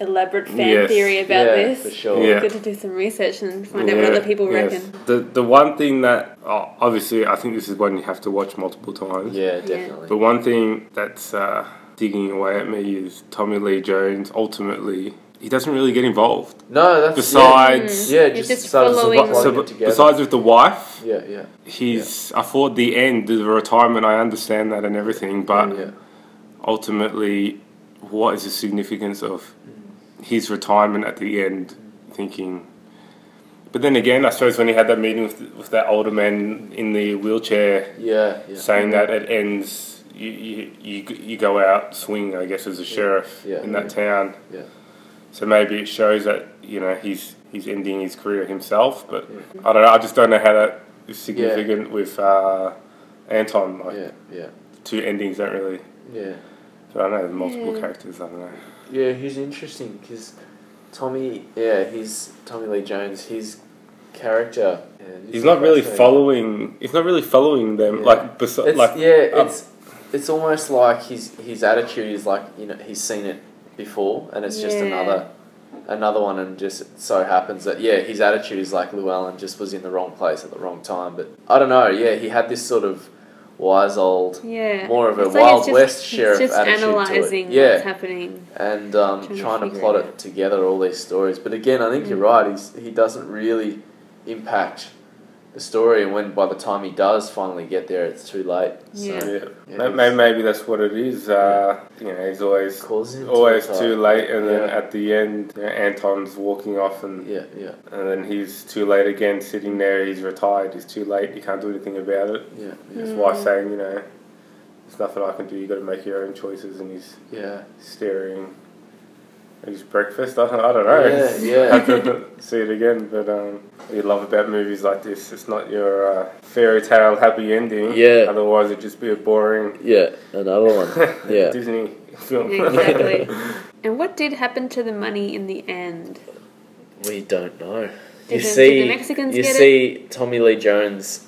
Speaker 1: elaborate fan
Speaker 3: Yes.
Speaker 1: theory about
Speaker 2: yeah,
Speaker 1: this.
Speaker 2: for sure.
Speaker 3: Yeah.
Speaker 1: Good to do some research and find out what
Speaker 3: Yeah,
Speaker 1: other people
Speaker 3: yes.
Speaker 1: reckon.
Speaker 3: The the one thing that oh, obviously I think this is one you have to watch multiple times.
Speaker 2: Yeah, definitely.
Speaker 3: The one thing that's uh, digging away at me is Tommy Lee Jones. Ultimately, he doesn't really get involved.
Speaker 2: No, that's
Speaker 3: Besides-
Speaker 2: Yeah, yeah
Speaker 1: Mm.
Speaker 2: just,
Speaker 1: He's just
Speaker 2: sort of
Speaker 1: following-
Speaker 2: plugging
Speaker 3: So,
Speaker 2: it
Speaker 3: b-
Speaker 2: together.
Speaker 3: besides with the wife,
Speaker 2: Yeah, yeah,
Speaker 3: he's I thought the end, the retirement. I understand that and everything, but
Speaker 2: yeah,
Speaker 3: ultimately, what is the significance of his retirement at the end? Thinking, but then again, I suppose when he had that meeting with, with that older man in the wheelchair,
Speaker 2: yeah, yeah.
Speaker 3: saying that it ends, you you, you, g- you go out swinging, I guess, as a sheriff
Speaker 2: Yeah.
Speaker 3: in that town.
Speaker 2: Yeah.
Speaker 3: So maybe it shows that you know he's he's ending his career himself. But I don't know. I just don't know how that is significant with uh, Anton. Like
Speaker 2: yeah, yeah,
Speaker 3: two endings don't really.
Speaker 2: yeah.
Speaker 3: So I know there's multiple
Speaker 1: Yeah.
Speaker 3: characters. I don't know.
Speaker 2: Yeah, he's interesting because Tommy, yeah, he's Tommy Lee Jones. His character, yeah, this
Speaker 3: He's
Speaker 2: is
Speaker 3: not really
Speaker 2: fascinating.
Speaker 3: following. He's not really following them.
Speaker 2: Yeah.
Speaker 3: Like, bes-
Speaker 2: It's,
Speaker 3: like um,
Speaker 2: yeah, it's it's almost like his his attitude is like you know he's seen it before, and it's just
Speaker 1: Yeah.
Speaker 2: another another one, and just it so happens that yeah, his attitude is like Llewellyn just was in the wrong place at the wrong time. But I don't know. Yeah, he had this sort of wise old.
Speaker 1: Yeah.
Speaker 2: More of a
Speaker 1: It's like
Speaker 2: Wild
Speaker 1: it's just-
Speaker 2: West
Speaker 1: it's
Speaker 2: sheriff
Speaker 1: just
Speaker 2: attitude to it.
Speaker 1: analysing
Speaker 2: Yeah.
Speaker 1: what's happening.
Speaker 2: and um,
Speaker 1: Trying
Speaker 2: trying,
Speaker 1: to
Speaker 2: to,
Speaker 1: figure
Speaker 2: plot
Speaker 1: it Mm.
Speaker 2: it, together all these stories. But again, I think you're right. He's, he doesn't really impact the story, and when by the time he does finally get there, it's too late. So,
Speaker 1: Yeah.
Speaker 3: Yeah.
Speaker 2: Yeah,
Speaker 3: May-
Speaker 2: he's-
Speaker 3: may- maybe that's what it is. Uh, you know, he's always
Speaker 2: Causing it
Speaker 3: always
Speaker 2: to
Speaker 3: too
Speaker 2: retire.
Speaker 3: late, and then
Speaker 2: Yeah.
Speaker 3: at the end, you know, Anton's walking off, and
Speaker 2: Yeah, yeah,
Speaker 3: and then he's too late again, sitting there. He's retired. He's too late. He can't do anything about it.
Speaker 2: yeah, yeah,
Speaker 3: His wife's saying, you know, there's nothing I can do. You got to make your own choices, and he's
Speaker 2: yeah.
Speaker 3: staring at his breakfast. I, I don't know.
Speaker 2: Yeah, yeah.
Speaker 3: I couldn't see it again, but um, what you love about movies like this, it's not your uh, fairy tale happy ending.
Speaker 2: Yeah.
Speaker 3: Otherwise, it'd just be a boring
Speaker 2: Yeah, another one. Yeah.
Speaker 3: Disney film.
Speaker 1: Exactly. and what did happen to the money in the end?
Speaker 2: We don't know.
Speaker 1: Did the-
Speaker 2: you
Speaker 1: did
Speaker 2: see,
Speaker 1: the Mexicans
Speaker 2: you
Speaker 1: get it?
Speaker 2: see Tommy Lee Jones.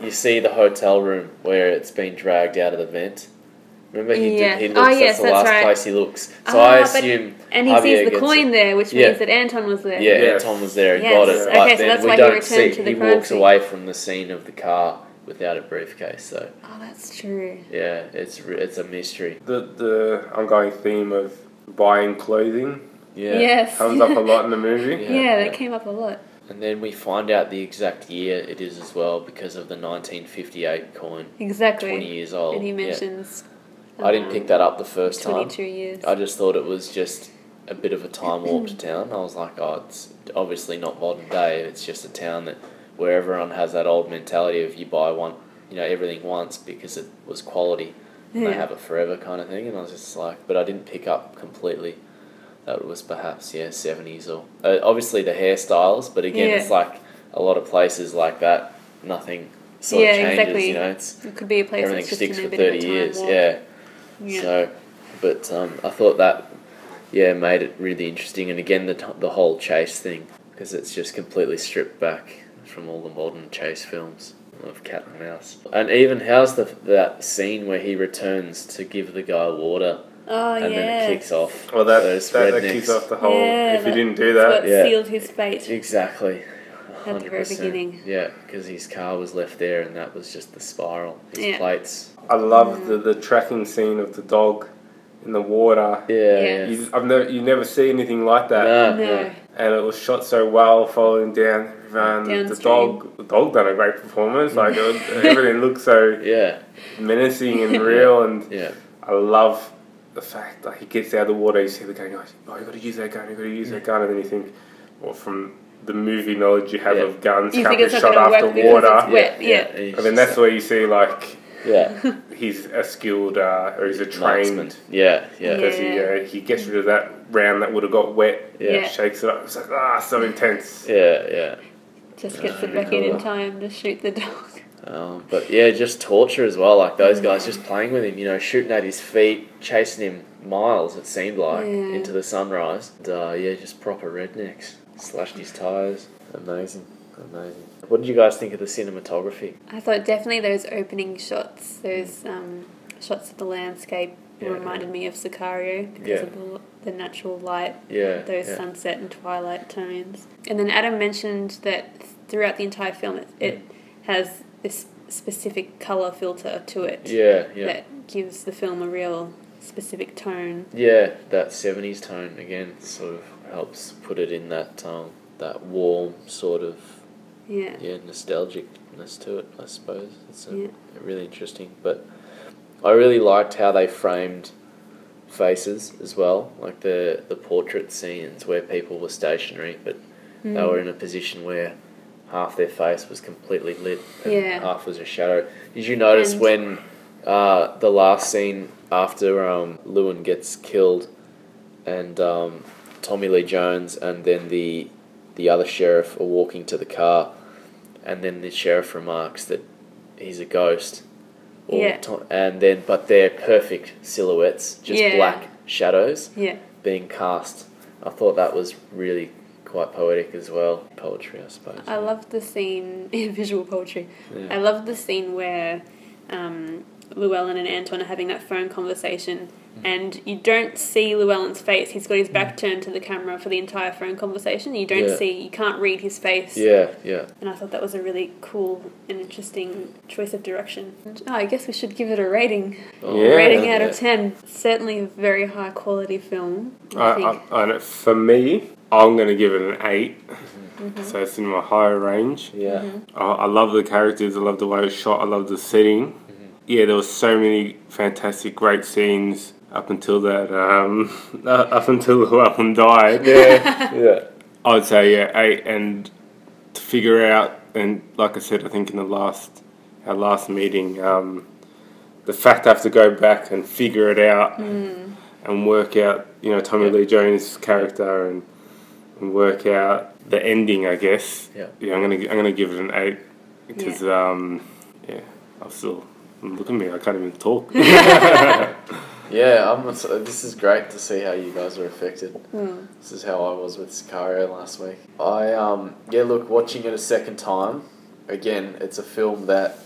Speaker 2: You see the hotel room where it's been dragged out of the vent. Remember he
Speaker 1: Yeah.
Speaker 2: did. He
Speaker 1: Oh,
Speaker 2: looks. that's
Speaker 1: yes,
Speaker 2: the
Speaker 1: that's
Speaker 2: last
Speaker 1: right.
Speaker 2: place he looks. So
Speaker 1: Ah,
Speaker 2: I
Speaker 1: but-
Speaker 2: assume.
Speaker 1: And he
Speaker 2: Javier
Speaker 1: sees the
Speaker 2: gets
Speaker 1: coin there, which
Speaker 2: Yeah.
Speaker 1: means that Anton was there.
Speaker 2: Yeah,
Speaker 3: Yes.
Speaker 2: Anton was there and
Speaker 1: Yes.
Speaker 2: got it.
Speaker 1: Okay,
Speaker 2: But
Speaker 1: so
Speaker 2: then
Speaker 1: that's
Speaker 2: we
Speaker 1: why he
Speaker 2: don't
Speaker 1: returned
Speaker 2: see.
Speaker 1: to the
Speaker 2: he walks
Speaker 1: crime
Speaker 2: away from the scene of the car without a briefcase. So
Speaker 1: Oh, that's true.
Speaker 2: yeah, it's re- it's a mystery.
Speaker 3: The, the ongoing theme of buying clothing
Speaker 2: Yeah.
Speaker 1: Yes.
Speaker 3: comes up a lot in the movie.
Speaker 1: yeah,
Speaker 2: Yeah,
Speaker 1: that
Speaker 2: yeah.
Speaker 1: came up a lot.
Speaker 2: And then we find out the exact year it is as well because of the 1958 coin. Twenty
Speaker 1: Exactly.
Speaker 2: years old.
Speaker 1: And he
Speaker 2: Yeah.
Speaker 1: mentions.
Speaker 2: I didn't pick that up the first time.
Speaker 1: 22 years.
Speaker 2: I just thought it was just a bit of a time warp to
Speaker 1: Mm.
Speaker 2: town. I was like, oh, it's obviously not modern day. It's just a town that where everyone has that old mentality of you buy one, you know, everything once because it was quality. And
Speaker 1: Yeah.
Speaker 2: They have it forever kind of thing. And I was just like, but I didn't pick up completely. That it was perhaps yeah seventies or uh, obviously the hairstyles, but again
Speaker 1: Yeah.
Speaker 2: it's like a lot of places like that. Nothing sort
Speaker 1: Yeah,
Speaker 2: of changes.
Speaker 1: exactly.
Speaker 2: You know, it's
Speaker 1: It could be a place
Speaker 2: everything
Speaker 1: that's just
Speaker 2: sticks
Speaker 1: in a
Speaker 2: for
Speaker 1: bit of a
Speaker 2: thirty
Speaker 1: time
Speaker 2: years.
Speaker 1: warp.
Speaker 2: Yeah.
Speaker 1: Yeah.
Speaker 2: So, but um, I thought that, yeah, made it really interesting. And again, the, t- the whole chase thing, because it's just completely stripped back from all the modern chase films of cat and mouse. And even how's the that scene where he returns to give the guy water
Speaker 1: oh,
Speaker 2: and
Speaker 1: yeah.
Speaker 2: then it kicks off.
Speaker 3: Well, Oh, that,
Speaker 2: Those
Speaker 3: that, that
Speaker 2: rednecks.
Speaker 3: kicks off the whole.
Speaker 1: Yeah,
Speaker 3: if you
Speaker 1: that-
Speaker 3: didn't do
Speaker 1: That's
Speaker 3: that,
Speaker 1: what
Speaker 2: Yeah.
Speaker 1: sealed his fate.
Speaker 2: Exactly.
Speaker 1: At the very
Speaker 2: 100%.
Speaker 1: beginning.
Speaker 2: Yeah, because his car was left there and that was just the spiral. His
Speaker 1: Yeah.
Speaker 2: plates.
Speaker 3: I love
Speaker 1: Mm.
Speaker 3: the, the tracking scene of the dog in the water.
Speaker 2: Yeah.
Speaker 1: Yeah.
Speaker 3: You, I've never, you never see anything like that.
Speaker 2: No,
Speaker 1: No.
Speaker 3: and it was shot so well, following down. And the
Speaker 1: Downstream.
Speaker 3: dog, the dog done a great performance. Like it, everything looked so
Speaker 2: Yeah.
Speaker 3: menacing and real, and
Speaker 2: Yeah.
Speaker 3: I love the fact like he gets out of the water. You see the gun, you go, oh, you got to use that gun, you got to use that gun, and then you think, well, from the movie knowledge you have
Speaker 2: Yeah.
Speaker 3: of guns,
Speaker 1: You
Speaker 3: can't
Speaker 1: think
Speaker 3: be
Speaker 1: it's not going
Speaker 3: shot
Speaker 1: to
Speaker 3: after
Speaker 1: work because it's
Speaker 3: water.
Speaker 1: wet. Yeah.
Speaker 2: and he's
Speaker 3: I mean,
Speaker 2: just
Speaker 3: that's where you see like
Speaker 2: like- yeah.
Speaker 3: he's a skilled uh, or he's a
Speaker 2: Marksman.
Speaker 3: trained
Speaker 2: Yeah, yeah,
Speaker 1: Yeah.
Speaker 3: because he, uh, he gets rid of that round that would have got wet,
Speaker 1: Yeah. Mm-hmm.
Speaker 3: shakes it up. It's like, ah, so intense.
Speaker 2: yeah, yeah.
Speaker 1: Just gets
Speaker 2: Uh,
Speaker 1: it back in in
Speaker 2: cool.
Speaker 1: time to shoot the dog.
Speaker 2: Um, but yeah, just torture as well. Like those guys just playing with him, you know, shooting at his feet, chasing him miles. It seemed like
Speaker 1: Yeah.
Speaker 2: into the sunrise. And, uh, yeah, just proper rednecks. Slashed his tires. Amazing, amazing. What did you guys think of the cinematography?
Speaker 1: I thought definitely those opening shots, those um, shots of the landscape,
Speaker 2: Yeah,
Speaker 1: reminded me of Sicario because
Speaker 2: Yeah.
Speaker 1: of the, the natural light,
Speaker 2: Yeah,
Speaker 1: those
Speaker 2: yeah.
Speaker 1: sunset and twilight tones. And then Adam mentioned that throughout the entire film, it, it
Speaker 2: Mm.
Speaker 1: has this specific color filter to it
Speaker 2: Yeah, yeah,
Speaker 1: that gives the film a real specific tone.
Speaker 2: yeah. That seventies tone again sort of helps put it in that um, that warm sort of
Speaker 1: Yeah.
Speaker 2: yeah nostalgicness to it i suppose it's a,
Speaker 1: Yeah.
Speaker 2: a really interesting but i really liked how they framed faces as well like the the portrait scenes where people were stationary but they
Speaker 1: Hmm.
Speaker 2: were in a position where half their face was completely lit and
Speaker 1: Yeah.
Speaker 2: half was a shadow did you notice
Speaker 1: And-
Speaker 2: when uh, the last scene after um, Lewin gets killed and um, Tommy Lee Jones and then the the other sheriff are walking to the car, and then the sheriff remarks that he's a ghost.
Speaker 1: Yeah.
Speaker 2: To- and then, but they're perfect silhouettes, just
Speaker 1: Yeah.
Speaker 2: black shadows
Speaker 1: Yeah.
Speaker 2: being cast. I thought that was really quite poetic as well. Poetry, I suppose.
Speaker 1: I love the scene in visual poetry.
Speaker 2: Yeah.
Speaker 1: I love the scene where um, Llewellyn and Anton are having that phone conversation,
Speaker 2: Mm.
Speaker 1: and you don't see Llewellyn's face. He's got his back turned to the camera for the entire phone conversation. You don't
Speaker 2: Yeah.
Speaker 1: see, you can't read his face.
Speaker 2: Yeah, yeah.
Speaker 1: And I thought that was a really cool and interesting choice of direction. And, oh, I guess we should give it a rating.
Speaker 3: Yeah.
Speaker 1: rating out
Speaker 2: yeah.
Speaker 1: of 10. Certainly a very high quality film. I
Speaker 3: I,
Speaker 1: think.
Speaker 3: I, I, don't- for me, I'm going to give it an eight
Speaker 1: Mm-hmm.
Speaker 3: So it's in a higher range.
Speaker 2: Yeah.
Speaker 3: I, I love the characters. I love the way it was shot. I love the setting.
Speaker 2: Mm-hmm.
Speaker 3: Yeah, there was so many fantastic, great scenes up until that. Um, up until the woman died.
Speaker 2: Yeah. yeah.
Speaker 3: I would say yeah, eight, and to figure out and like I said, I think in the last our last meeting, um, the fact I have to go back and figure it out and work out, you know, Tommy
Speaker 2: Hmm. Yeah.
Speaker 3: Lee Jones' character and and work out the ending. I guess.
Speaker 2: Yeah.
Speaker 3: I'm gonna I'm gonna give it an eight because yeah. um yeah, I'm still look at me, I can't even talk.
Speaker 2: Yeah, I'm, so this is great to see how you guys are affected. This is how I was with Sicario last week. I, um, yeah, look, watching it a second time, again, it's a film that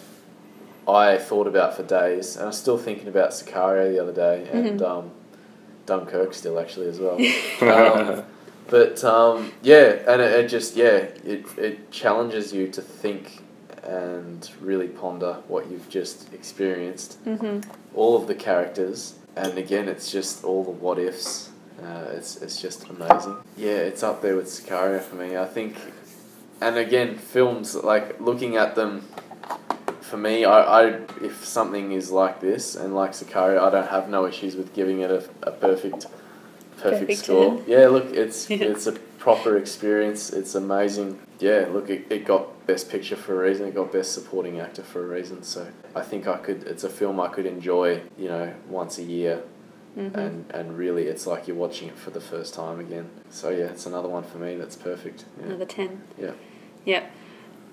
Speaker 2: I thought about for days, and I was still thinking about Sicario the other day, and um, Dunkirk still, actually, as well. Um, but, um, yeah, and it, it just, yeah, it, it challenges you to think and really ponder what you've just experienced
Speaker 1: Mm-hmm.
Speaker 2: all of the characters, and again, it's just all the what ifs. Uh, it's it's just amazing. Yeah, it's up there with Sicario for me. I think, and again, films like looking at them. For me, I, I if something is like this and like Sicario, I don't have no issues with giving it a, a perfect, perfect,
Speaker 1: Perfect
Speaker 2: score.
Speaker 1: ten.
Speaker 2: Yeah, look, it's
Speaker 1: Yeah.
Speaker 2: it's a proper experience. It's amazing. Yeah, look, it, it got best picture for a reason. It got best supporting actor for a reason. So I think I could. It's a film I could enjoy. You know, once a year,
Speaker 1: Mm-hmm.
Speaker 2: and and really, it's like you're watching it for the first time again. So yeah, it's another one for me. That's perfect. Yeah.
Speaker 1: Another ten.
Speaker 2: Yeah.
Speaker 1: Yep.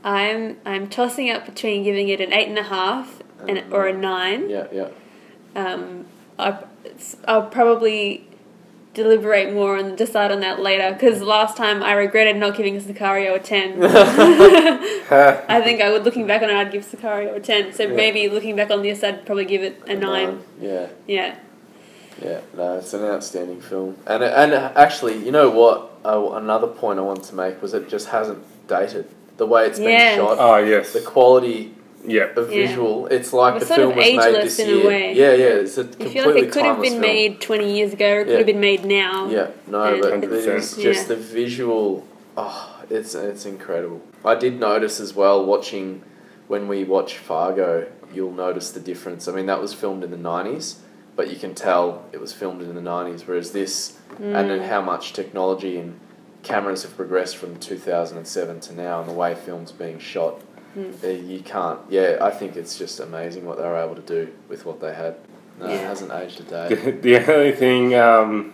Speaker 1: I'm I'm tossing up between giving it an eight and a half and
Speaker 2: Um,
Speaker 1: or a nine.
Speaker 2: Yeah, yeah,
Speaker 1: Um, I, it's, I'll probably deliberate more and decide on that later because last time I regretted not giving Sicario a 10. I think I would, looking back on it, I'd give Sicario a 10. So
Speaker 2: Yeah.
Speaker 1: maybe looking back on this, I'd probably give it a 9.
Speaker 2: Yeah,
Speaker 1: Yeah.
Speaker 2: yeah. No, it's an outstanding film. And it, and actually, you know what? Uh, another point I wanted to make was it just hasn't dated the way it's
Speaker 1: Yes.
Speaker 2: been shot.
Speaker 3: oh yes.
Speaker 2: The quality
Speaker 3: yeah.
Speaker 2: of
Speaker 1: Yeah.
Speaker 2: visual, it's like
Speaker 1: It's
Speaker 2: the
Speaker 1: sort of
Speaker 2: film was made
Speaker 1: ageless
Speaker 2: this
Speaker 1: in a
Speaker 2: year.
Speaker 1: way.
Speaker 2: Yeah, yeah. It's a
Speaker 1: I
Speaker 2: completely
Speaker 1: feel like it could have
Speaker 2: timeless
Speaker 1: been
Speaker 2: film.
Speaker 1: made 20 years ago, it
Speaker 2: Yeah.
Speaker 1: could have been made now.
Speaker 2: Yeah, no,
Speaker 1: Um, And
Speaker 2: but
Speaker 1: it's-
Speaker 2: it's
Speaker 1: Yeah.
Speaker 2: just the visual. Oh, it's it's incredible. I did notice as well watching when we watch Fargo, you'll notice the difference. I mean, that was filmed in the nineties, but you can tell it was filmed in the nineties. Whereas this, and
Speaker 1: Mm.
Speaker 2: then how much technology and cameras have progressed from two thousand and seven to now, and the way films being shot.
Speaker 1: Mm.
Speaker 2: uh, You can't. Yeah, I think it's just amazing what they were able to do with what they had. No, it
Speaker 1: Yeah.
Speaker 2: hasn't aged a day.
Speaker 3: The, the only thing um,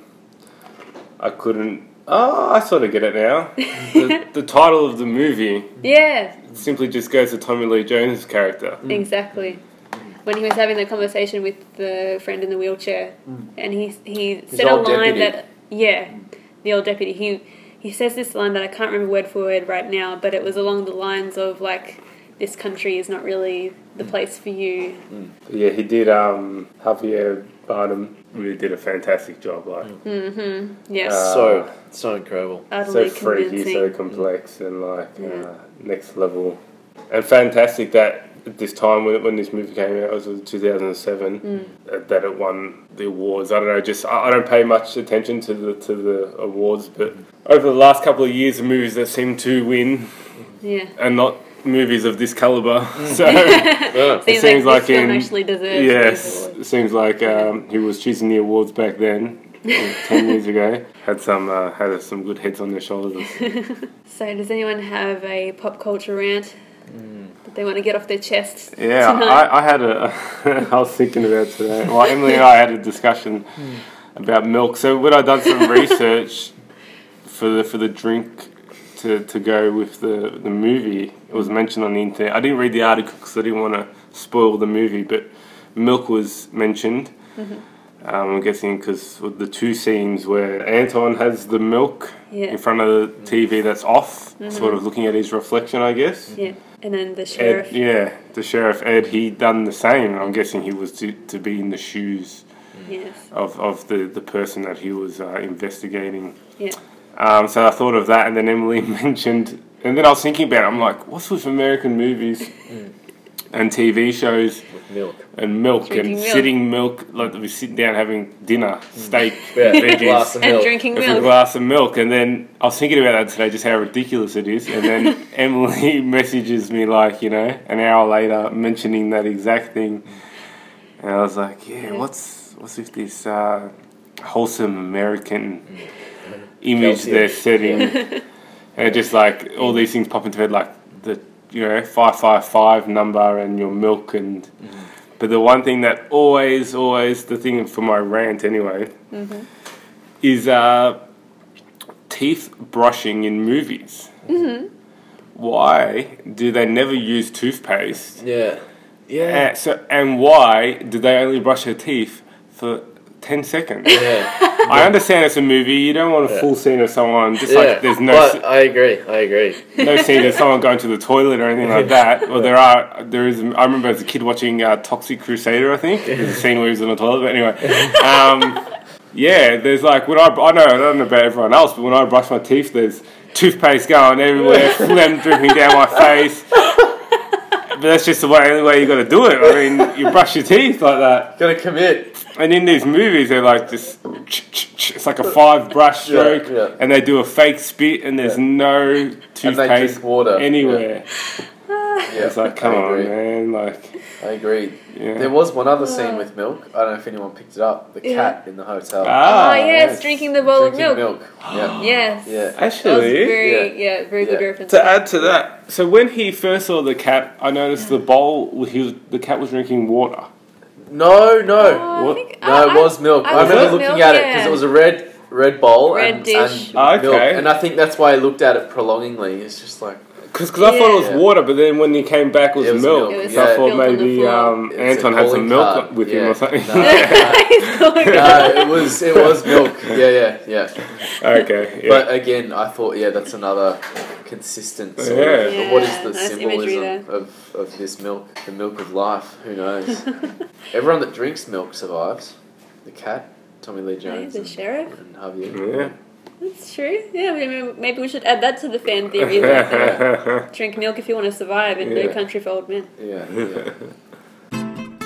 Speaker 3: I couldn't. Oh, I sort of get it now. the, the title of the movie
Speaker 1: Yeah,
Speaker 3: simply just goes to Tommy Lee Jones' character.
Speaker 1: exactly. When he was having the conversation with the friend in the wheelchair,
Speaker 3: Mm.
Speaker 1: and he he said a
Speaker 2: old
Speaker 1: line
Speaker 2: deputy.
Speaker 1: that yeah, the old deputy. He he says this line that I can't remember word for word right now, but it was along the lines of like, "This country is not really the place for you."
Speaker 3: Yeah, he did. Um, Javier Bardem really did a fantastic job. Like
Speaker 1: Mm-hmm. Yes,
Speaker 3: Uh,
Speaker 2: So so incredible.
Speaker 1: utterly
Speaker 3: so freaky,
Speaker 1: convincing.
Speaker 3: so complex, and like
Speaker 1: Yeah.
Speaker 3: uh, next level. And fantastic that at this time when, when this movie came out, it was in 2007,
Speaker 1: Mm.
Speaker 3: uh, that it won the awards. I don't know, just I, I don't pay much attention to the to the awards, but over the last couple of years, the movies that seem to win
Speaker 1: yeah,
Speaker 3: and not movies of this caliber. So
Speaker 1: seems,
Speaker 3: seems
Speaker 1: like,
Speaker 3: like
Speaker 1: this film
Speaker 3: in-
Speaker 1: actually deserves.
Speaker 3: yes, it seems like um, he was choosing the awards back then. Ten years ago, had some uh, had some good heads on their shoulders.
Speaker 1: So, does anyone have a pop culture rant that they want to get off their chest?
Speaker 3: Mm. Yeah,
Speaker 1: tonight?
Speaker 3: I, I had a. I was thinking about today. Well, Emily and I had a discussion
Speaker 1: Hmm.
Speaker 3: about milk. So, when I done some research for the for the drink to, to go with the the movie, it was mentioned on the internet. I didn't read the article because I didn't want to spoil the movie, but milk was mentioned.
Speaker 1: Mm-hmm.
Speaker 3: Um, I'm guessing because the two scenes where Anton has the milk
Speaker 1: Yeah. Mm-hmm.
Speaker 3: in front of the TV that's off, sort of looking at his reflection, I guess.
Speaker 1: yeah, and then the sheriff.
Speaker 3: Ed, yeah, the sheriff Ed, he done the same. I'm guessing he was to, to be in the shoes
Speaker 1: Yes.
Speaker 3: of, of the, the person that he was uh, investigating.
Speaker 1: Yeah.
Speaker 3: Um, so I thought of that, and
Speaker 1: Mm.
Speaker 3: then Emily mentioned, and then I was thinking about it. I'm like, what's with American movies and TV shows
Speaker 2: with milk.
Speaker 3: and milk
Speaker 1: Drinking
Speaker 3: and
Speaker 1: milk. Mm.
Speaker 3: sitting milk, like we sit down having dinner, steak,
Speaker 2: Yeah,
Speaker 3: veggies,
Speaker 2: glass of
Speaker 1: and
Speaker 2: milk.
Speaker 1: drinking
Speaker 3: with a
Speaker 1: milk.
Speaker 3: glass of milk. And then I was thinking about that today, just how ridiculous it is. And then Emily messages me, like, you know, an hour later, mentioning that exact thing. And I was like, yeah, what's what's with this uh, wholesome American image
Speaker 2: Kelsey.
Speaker 3: they're setting? and just like all these things pop into head, like the you know five five five number and your milk and. But the one thing that always, always, the thing for my rant anyway, is uh, teeth brushing in movies. Why do they never use toothpaste?
Speaker 2: Yeah. Yeah.
Speaker 3: And, so, and why do they only brush their teeth for 10 seconds?
Speaker 2: Yeah.
Speaker 3: I understand it's a movie, you don't want a
Speaker 2: Yeah.
Speaker 3: full scene of someone, just
Speaker 2: Yeah.
Speaker 3: like there's no,
Speaker 2: But I agree. I agree.
Speaker 3: s- no scene of someone going to the toilet or anything like that. Well, there are, there is, I remember as a kid watching uh, Toxic Crusader, I think. There's a scene where he was in the toilet, but anyway. Um, yeah, there's like, when I, I know, I don't know about everyone else, but when I brush my teeth, there's toothpaste going everywhere, phlegm dripping down my face. But that's just the way, only way you got to do it. I mean, you brush your teeth like that.
Speaker 2: Gotta commit.
Speaker 3: And in these movies, they're like this. It's like a five brush
Speaker 2: Yeah,
Speaker 3: stroke,
Speaker 2: yeah.
Speaker 3: and they do a fake spit, and there's no
Speaker 2: And they
Speaker 3: toothpaste
Speaker 2: drink water.
Speaker 3: anywhere.
Speaker 1: Ah,
Speaker 2: Yeah.
Speaker 3: It's like, come
Speaker 2: I
Speaker 3: on,
Speaker 2: agree.
Speaker 3: man! Like,
Speaker 2: I agree.
Speaker 3: yeah.
Speaker 2: There was one other scene with milk. I don't know if anyone picked it up. The
Speaker 1: Yeah.
Speaker 2: cat in the hotel.
Speaker 3: ah,
Speaker 1: oh yes, drinking the bowl
Speaker 2: drinking
Speaker 1: of milk.
Speaker 2: milk. Yeah.
Speaker 1: Yes.
Speaker 2: Yeah.
Speaker 1: That was
Speaker 3: Actually,
Speaker 1: very yeah, very good
Speaker 2: Yeah. uh,
Speaker 1: reference.
Speaker 3: to add to that, so when he first saw the cat, I noticed the bowl. He was, the cat was drinking water.
Speaker 2: No, no.
Speaker 1: Oh, I
Speaker 3: What?
Speaker 1: think-
Speaker 2: No,
Speaker 1: I-
Speaker 2: it was milk.
Speaker 1: I
Speaker 2: I,
Speaker 1: was
Speaker 2: remember
Speaker 1: milk,
Speaker 2: looking at it
Speaker 1: yeah.
Speaker 2: because it was a red red bowl
Speaker 1: Red
Speaker 2: and,
Speaker 1: dish.
Speaker 2: and
Speaker 3: Ah, okay.
Speaker 2: milk. And I think that's why I looked at it prolongingly. It's just like
Speaker 3: Because I thought it was
Speaker 2: Yeah.
Speaker 3: water, but then when he came back, it was,
Speaker 2: It was
Speaker 3: milk.
Speaker 2: milk,
Speaker 1: It was
Speaker 3: So I
Speaker 2: yeah.
Speaker 3: thought
Speaker 1: spilled on the
Speaker 3: maybe
Speaker 1: floor.
Speaker 3: um,
Speaker 2: it's a
Speaker 3: Anton had
Speaker 2: calling
Speaker 3: some milk
Speaker 2: card.
Speaker 3: with
Speaker 2: Yeah.
Speaker 3: him or something.
Speaker 2: No,
Speaker 1: He's going-
Speaker 2: no, it was it was milk. Yeah, yeah, yeah.
Speaker 3: okay, yeah.
Speaker 2: But again, I thought, yeah, that's another consistent. Sort
Speaker 3: Yeah.
Speaker 2: Of, what is
Speaker 1: Yeah,
Speaker 2: the
Speaker 1: nice imagery
Speaker 2: symbolism of, of this milk? The milk of life. Who knows? Everyone that drinks milk survives. The cat, Tommy Lee
Speaker 1: Hey,
Speaker 2: Jones,
Speaker 1: the sheriff.
Speaker 2: and, and Javier.
Speaker 3: yeah.
Speaker 1: That's true. Yeah, maybe, maybe we should add that to the fan theory. that, uh, drink milk if you want to survive, and no
Speaker 2: Yeah.
Speaker 1: country for old men.
Speaker 2: Yeah, yeah.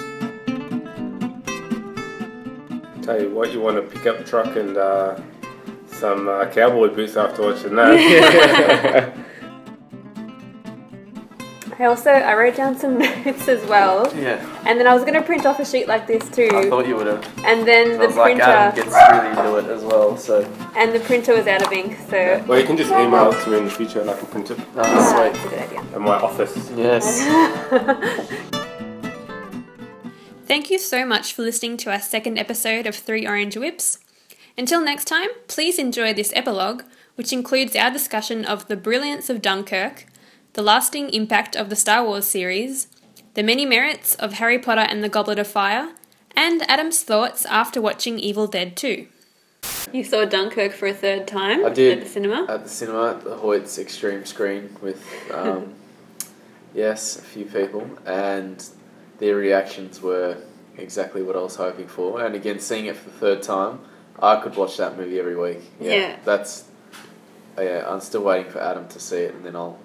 Speaker 3: Tell you what, you want to pick up the truck and uh, some uh, cowboy boots after watching that.
Speaker 1: I also I wrote down some notes as well,
Speaker 2: yeah.
Speaker 1: and then I was going to print off a sheet like this
Speaker 2: I
Speaker 1: too,
Speaker 2: thought you would have.
Speaker 1: and then
Speaker 2: I
Speaker 1: the
Speaker 2: was like, um, Adam
Speaker 1: printer
Speaker 2: gets really into it as well. So
Speaker 1: and the printer was out of ink, so.
Speaker 3: well, you can just email it to me in the future and I can print it
Speaker 2: no, that's
Speaker 1: uh,
Speaker 2: sweet.
Speaker 1: it's a good idea.
Speaker 3: at my office.
Speaker 2: Yes.
Speaker 1: Thank you so much for listening to our second episode of Three Orange Whips. Until next time, please enjoy this epilogue, which includes our discussion of the brilliance of Dunkirk, the lasting impact of the Star Wars series, the many merits of Harry Potter and the Goblet of Fire, and Adam's thoughts after watching Evil Dead 2. You saw Dunkirk for a third time
Speaker 2: I did.
Speaker 1: at the cinema.
Speaker 2: At the cinema, at the Hoyt's Extreme Screen with, um, yes, a few people, and their reactions were exactly what I was hoping for. And again, seeing it for the third time, I could watch that movie every week. Yeah,
Speaker 1: Yeah.
Speaker 2: that's. oh, yeah, I'm still waiting for Adam to see it, and then I'll.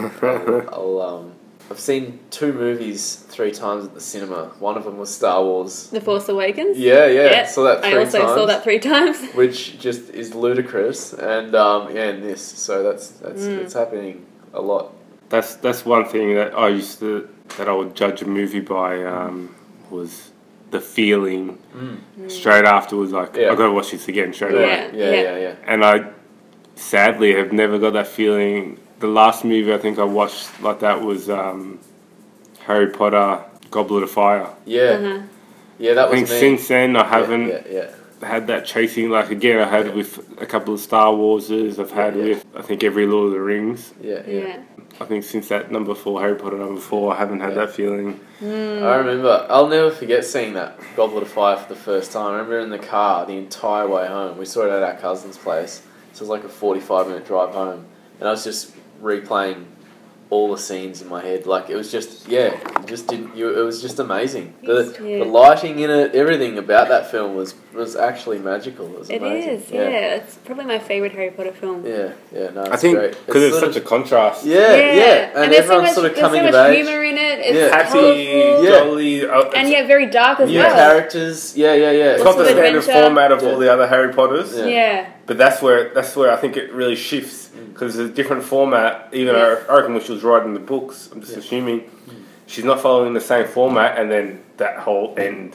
Speaker 2: I'll, I'll um, I've seen two movies three times at the cinema. One of them was Star Wars.
Speaker 1: the Force Awakens.
Speaker 2: Yeah, yeah, saw that three
Speaker 1: I also
Speaker 2: times
Speaker 1: saw that three times.
Speaker 2: which just is ludicrous, and um, yeah, and this. So that's that's it's happening a lot.
Speaker 3: That's that's one thing that I used to that I would judge a movie by um, was the feeling straight afterwards. Like
Speaker 2: Yeah.
Speaker 3: I gotta watch this again straight
Speaker 1: Yeah.
Speaker 3: away.
Speaker 2: yeah,
Speaker 1: yeah.
Speaker 2: yeah, yeah.
Speaker 3: and I sadly have never got that feeling. The last movie I think I watched like that was um, Harry Potter, Goblet of Fire.
Speaker 2: Yeah,
Speaker 1: Uh-huh.
Speaker 2: yeah that
Speaker 3: I think
Speaker 2: was me.
Speaker 3: since then I haven't
Speaker 2: Yeah, yeah,
Speaker 3: had that chasing. Like again, I had it with a couple of Star Warses. I've had
Speaker 2: Yeah.
Speaker 3: with I think every Lord of the Rings.
Speaker 2: yeah, yeah.
Speaker 1: Yeah.
Speaker 3: I think since that number four, Harry Potter number four, I haven't had
Speaker 2: Yeah.
Speaker 3: that feeling.
Speaker 2: I remember. I'll never forget seeing that Goblet of Fire for the first time. I remember in the car the entire way home. We saw it at our cousin's place. So it was like a forty-five minute drive home, and I was just replaying all the scenes in my head. Like it was just yeah, it just did you. It was just amazing. The,
Speaker 1: Yeah.
Speaker 2: the lighting in it, everything about that film was was actually magical. It was
Speaker 1: It
Speaker 2: amazing.
Speaker 1: is, yeah. It's probably my favourite Harry Potter film.
Speaker 2: yeah, yeah. no, it's
Speaker 3: I think
Speaker 2: great.
Speaker 3: because it's,
Speaker 2: sort
Speaker 3: such a
Speaker 2: of-
Speaker 3: contrast.
Speaker 2: yeah, yeah, and,
Speaker 1: there's so
Speaker 2: everyone's
Speaker 1: much-
Speaker 2: sort of
Speaker 1: there's
Speaker 2: coming
Speaker 1: so
Speaker 2: of
Speaker 1: much
Speaker 2: age.
Speaker 1: humour in it. It's
Speaker 2: Yeah.
Speaker 3: happy,
Speaker 1: colourful,
Speaker 2: Yeah.
Speaker 3: jolly, oh,
Speaker 1: and
Speaker 3: it's-
Speaker 1: yet very dark as
Speaker 2: New
Speaker 1: well.
Speaker 2: characters. Yeah, yeah, yeah.
Speaker 3: It's not the
Speaker 1: Lots of
Speaker 3: standard
Speaker 1: adventure.
Speaker 3: format of all
Speaker 2: Yeah.
Speaker 3: the other Harry Potters,
Speaker 2: Yeah.
Speaker 1: Yeah.
Speaker 3: but that's where that's where I think it really shifts because it's a different format. Even
Speaker 1: Yeah.
Speaker 3: I reckon when she was writing the books, I'm just assuming she's not following the same format, and then that whole end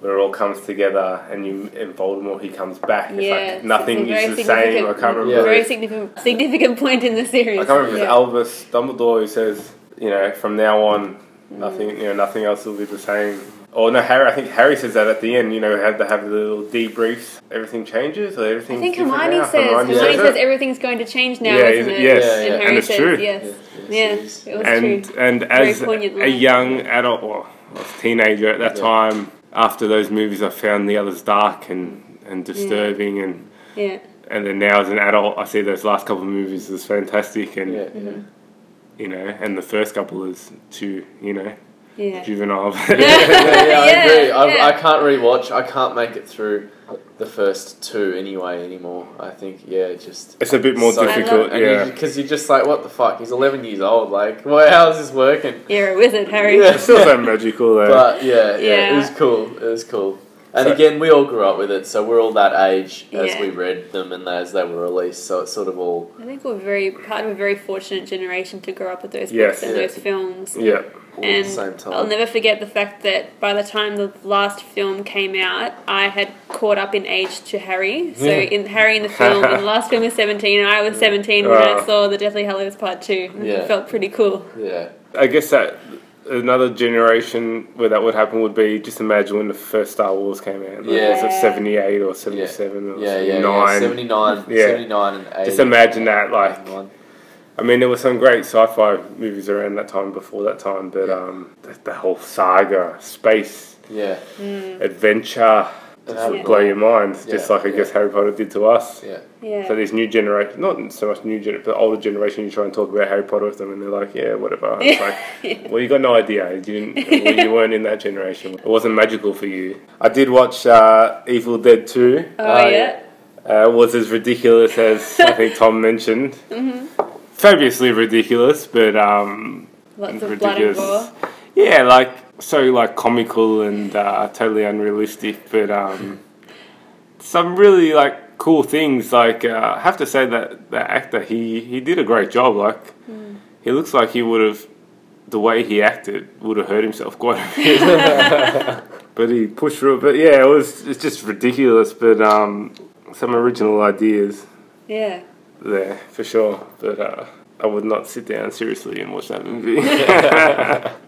Speaker 3: where it all comes together, and you and Voldemort he comes back. It's
Speaker 1: Yeah,
Speaker 3: like nothing
Speaker 1: it's a very
Speaker 3: is the same. I
Speaker 1: significant-
Speaker 3: can't remember.
Speaker 2: Yeah.
Speaker 1: Very significant significant point in the series.
Speaker 3: I can't remember
Speaker 1: yeah. Mm.
Speaker 3: if it's Albus Dumbledore who says, you know, from now on, nothing, you know, nothing else will be the same. Or no, Harry. I think Harry says that at the end. You know, have to have the little debriefs. Everything changes, or everything.
Speaker 1: I think Hermione says Hermione,
Speaker 2: says
Speaker 1: says everything's going to change now,
Speaker 3: Yeah,
Speaker 1: isn't
Speaker 3: is-
Speaker 1: it?
Speaker 3: yes.
Speaker 2: Yeah, yeah.
Speaker 1: And Harry
Speaker 3: And it's
Speaker 1: says
Speaker 3: true.
Speaker 1: yes.
Speaker 2: Yeah,
Speaker 1: Yeah,
Speaker 2: yes,
Speaker 1: it
Speaker 2: it
Speaker 1: was
Speaker 2: is.
Speaker 3: and
Speaker 1: true.
Speaker 3: and
Speaker 1: Very
Speaker 3: as
Speaker 1: poignant
Speaker 3: a
Speaker 1: line.
Speaker 3: young adult, or I was a teenager at that
Speaker 2: Yeah.
Speaker 3: time, after those movies, I found the others dark and and disturbing, and
Speaker 1: Yeah.
Speaker 3: and then now as an adult, I see those last couple of movies as fantastic, and
Speaker 2: Yeah, yeah.
Speaker 3: you know, and the first couple is too, you know,
Speaker 1: Yeah.
Speaker 3: juvenile.
Speaker 2: yeah, yeah, I
Speaker 1: Yeah,
Speaker 2: agree. I've,
Speaker 1: yeah.
Speaker 2: I can't rewatch. I can't make it through the first two anyway anymore. I think yeah, it just
Speaker 3: It's a bit more
Speaker 2: so-
Speaker 3: difficult,
Speaker 2: and
Speaker 3: yeah.
Speaker 2: Because you, are just like, what the fuck? He's 11 years old. Like, well, how's this working?
Speaker 1: You're a wizard, Harry.
Speaker 2: Yeah.
Speaker 3: It's still so magical though.
Speaker 2: But yeah, yeah,
Speaker 1: Yeah.
Speaker 2: it was cool. It was cool. And
Speaker 3: So-
Speaker 2: again, we all grew up with it, so we're all that age as
Speaker 1: Yeah.
Speaker 2: we read them and as they were released. So it's sort of all
Speaker 1: I think we're very part of a very fortunate generation to grow up with those
Speaker 3: Yes.
Speaker 1: books and
Speaker 2: Yeah.
Speaker 1: those films.
Speaker 3: yeah,
Speaker 2: all at
Speaker 1: and
Speaker 2: the same time.
Speaker 1: I'll never forget the fact that by the time the last film came out, I had caught up in age to Harry. So
Speaker 2: Yeah.
Speaker 1: in Harry in the film, and the last film was seventeen, and I was seventeen when I
Speaker 3: Wow.
Speaker 1: saw the Deathly Hallows Part Two.
Speaker 2: Yeah.
Speaker 1: It felt pretty cool.
Speaker 2: yeah,
Speaker 3: I guess that another generation where that would happen would be just imagine when the first Star Wars came out. Like, Was
Speaker 1: Yeah.
Speaker 3: it seventy eight or seventy
Speaker 2: yeah,
Speaker 3: seven or
Speaker 2: yeah, yeah,
Speaker 3: seventy
Speaker 2: yeah,
Speaker 3: nine?
Speaker 2: 79,
Speaker 3: Yeah.
Speaker 2: 79 and 80.
Speaker 3: Just imagine that, like,
Speaker 2: 91.
Speaker 3: I mean, there were some great sci-fi movies around that time, before that time, but um, the, the whole saga, space,
Speaker 2: yeah,
Speaker 3: adventure, just would
Speaker 1: Yeah.
Speaker 3: blow your mind, just
Speaker 2: Yeah,
Speaker 3: like I
Speaker 2: yeah.
Speaker 3: guess Harry Potter did to us.
Speaker 2: yeah.
Speaker 1: Yeah.
Speaker 3: So this new generation, not so much new generation, but older generation, you try and talk about Harry Potter with them, and they're like, "Yeah, whatever." It's like, well, you got no idea. You didn't. Well, you weren't in that generation. It wasn't magical for you. I did watch uh, Evil Dead Two.
Speaker 1: oh,
Speaker 2: Oh,
Speaker 1: yeah.
Speaker 2: yeah.
Speaker 3: Uh, it was as ridiculous as I think Tom mentioned. Fabulously ridiculous, but um,
Speaker 1: Lots of blood and
Speaker 3: ridiculous.
Speaker 1: gore.
Speaker 3: Yeah, like so, like comical and uh, totally unrealistic, but um, some really like cool things. Like uh, I have to say that the actor he he did a great job. Like he looks like he would have the way he acted would have hurt himself quite a bit, but he pushed through. it. But yeah, it was it's just ridiculous. But um, some original ideas
Speaker 1: Yeah.
Speaker 3: there for sure. But uh, I would not sit down seriously and watch that movie.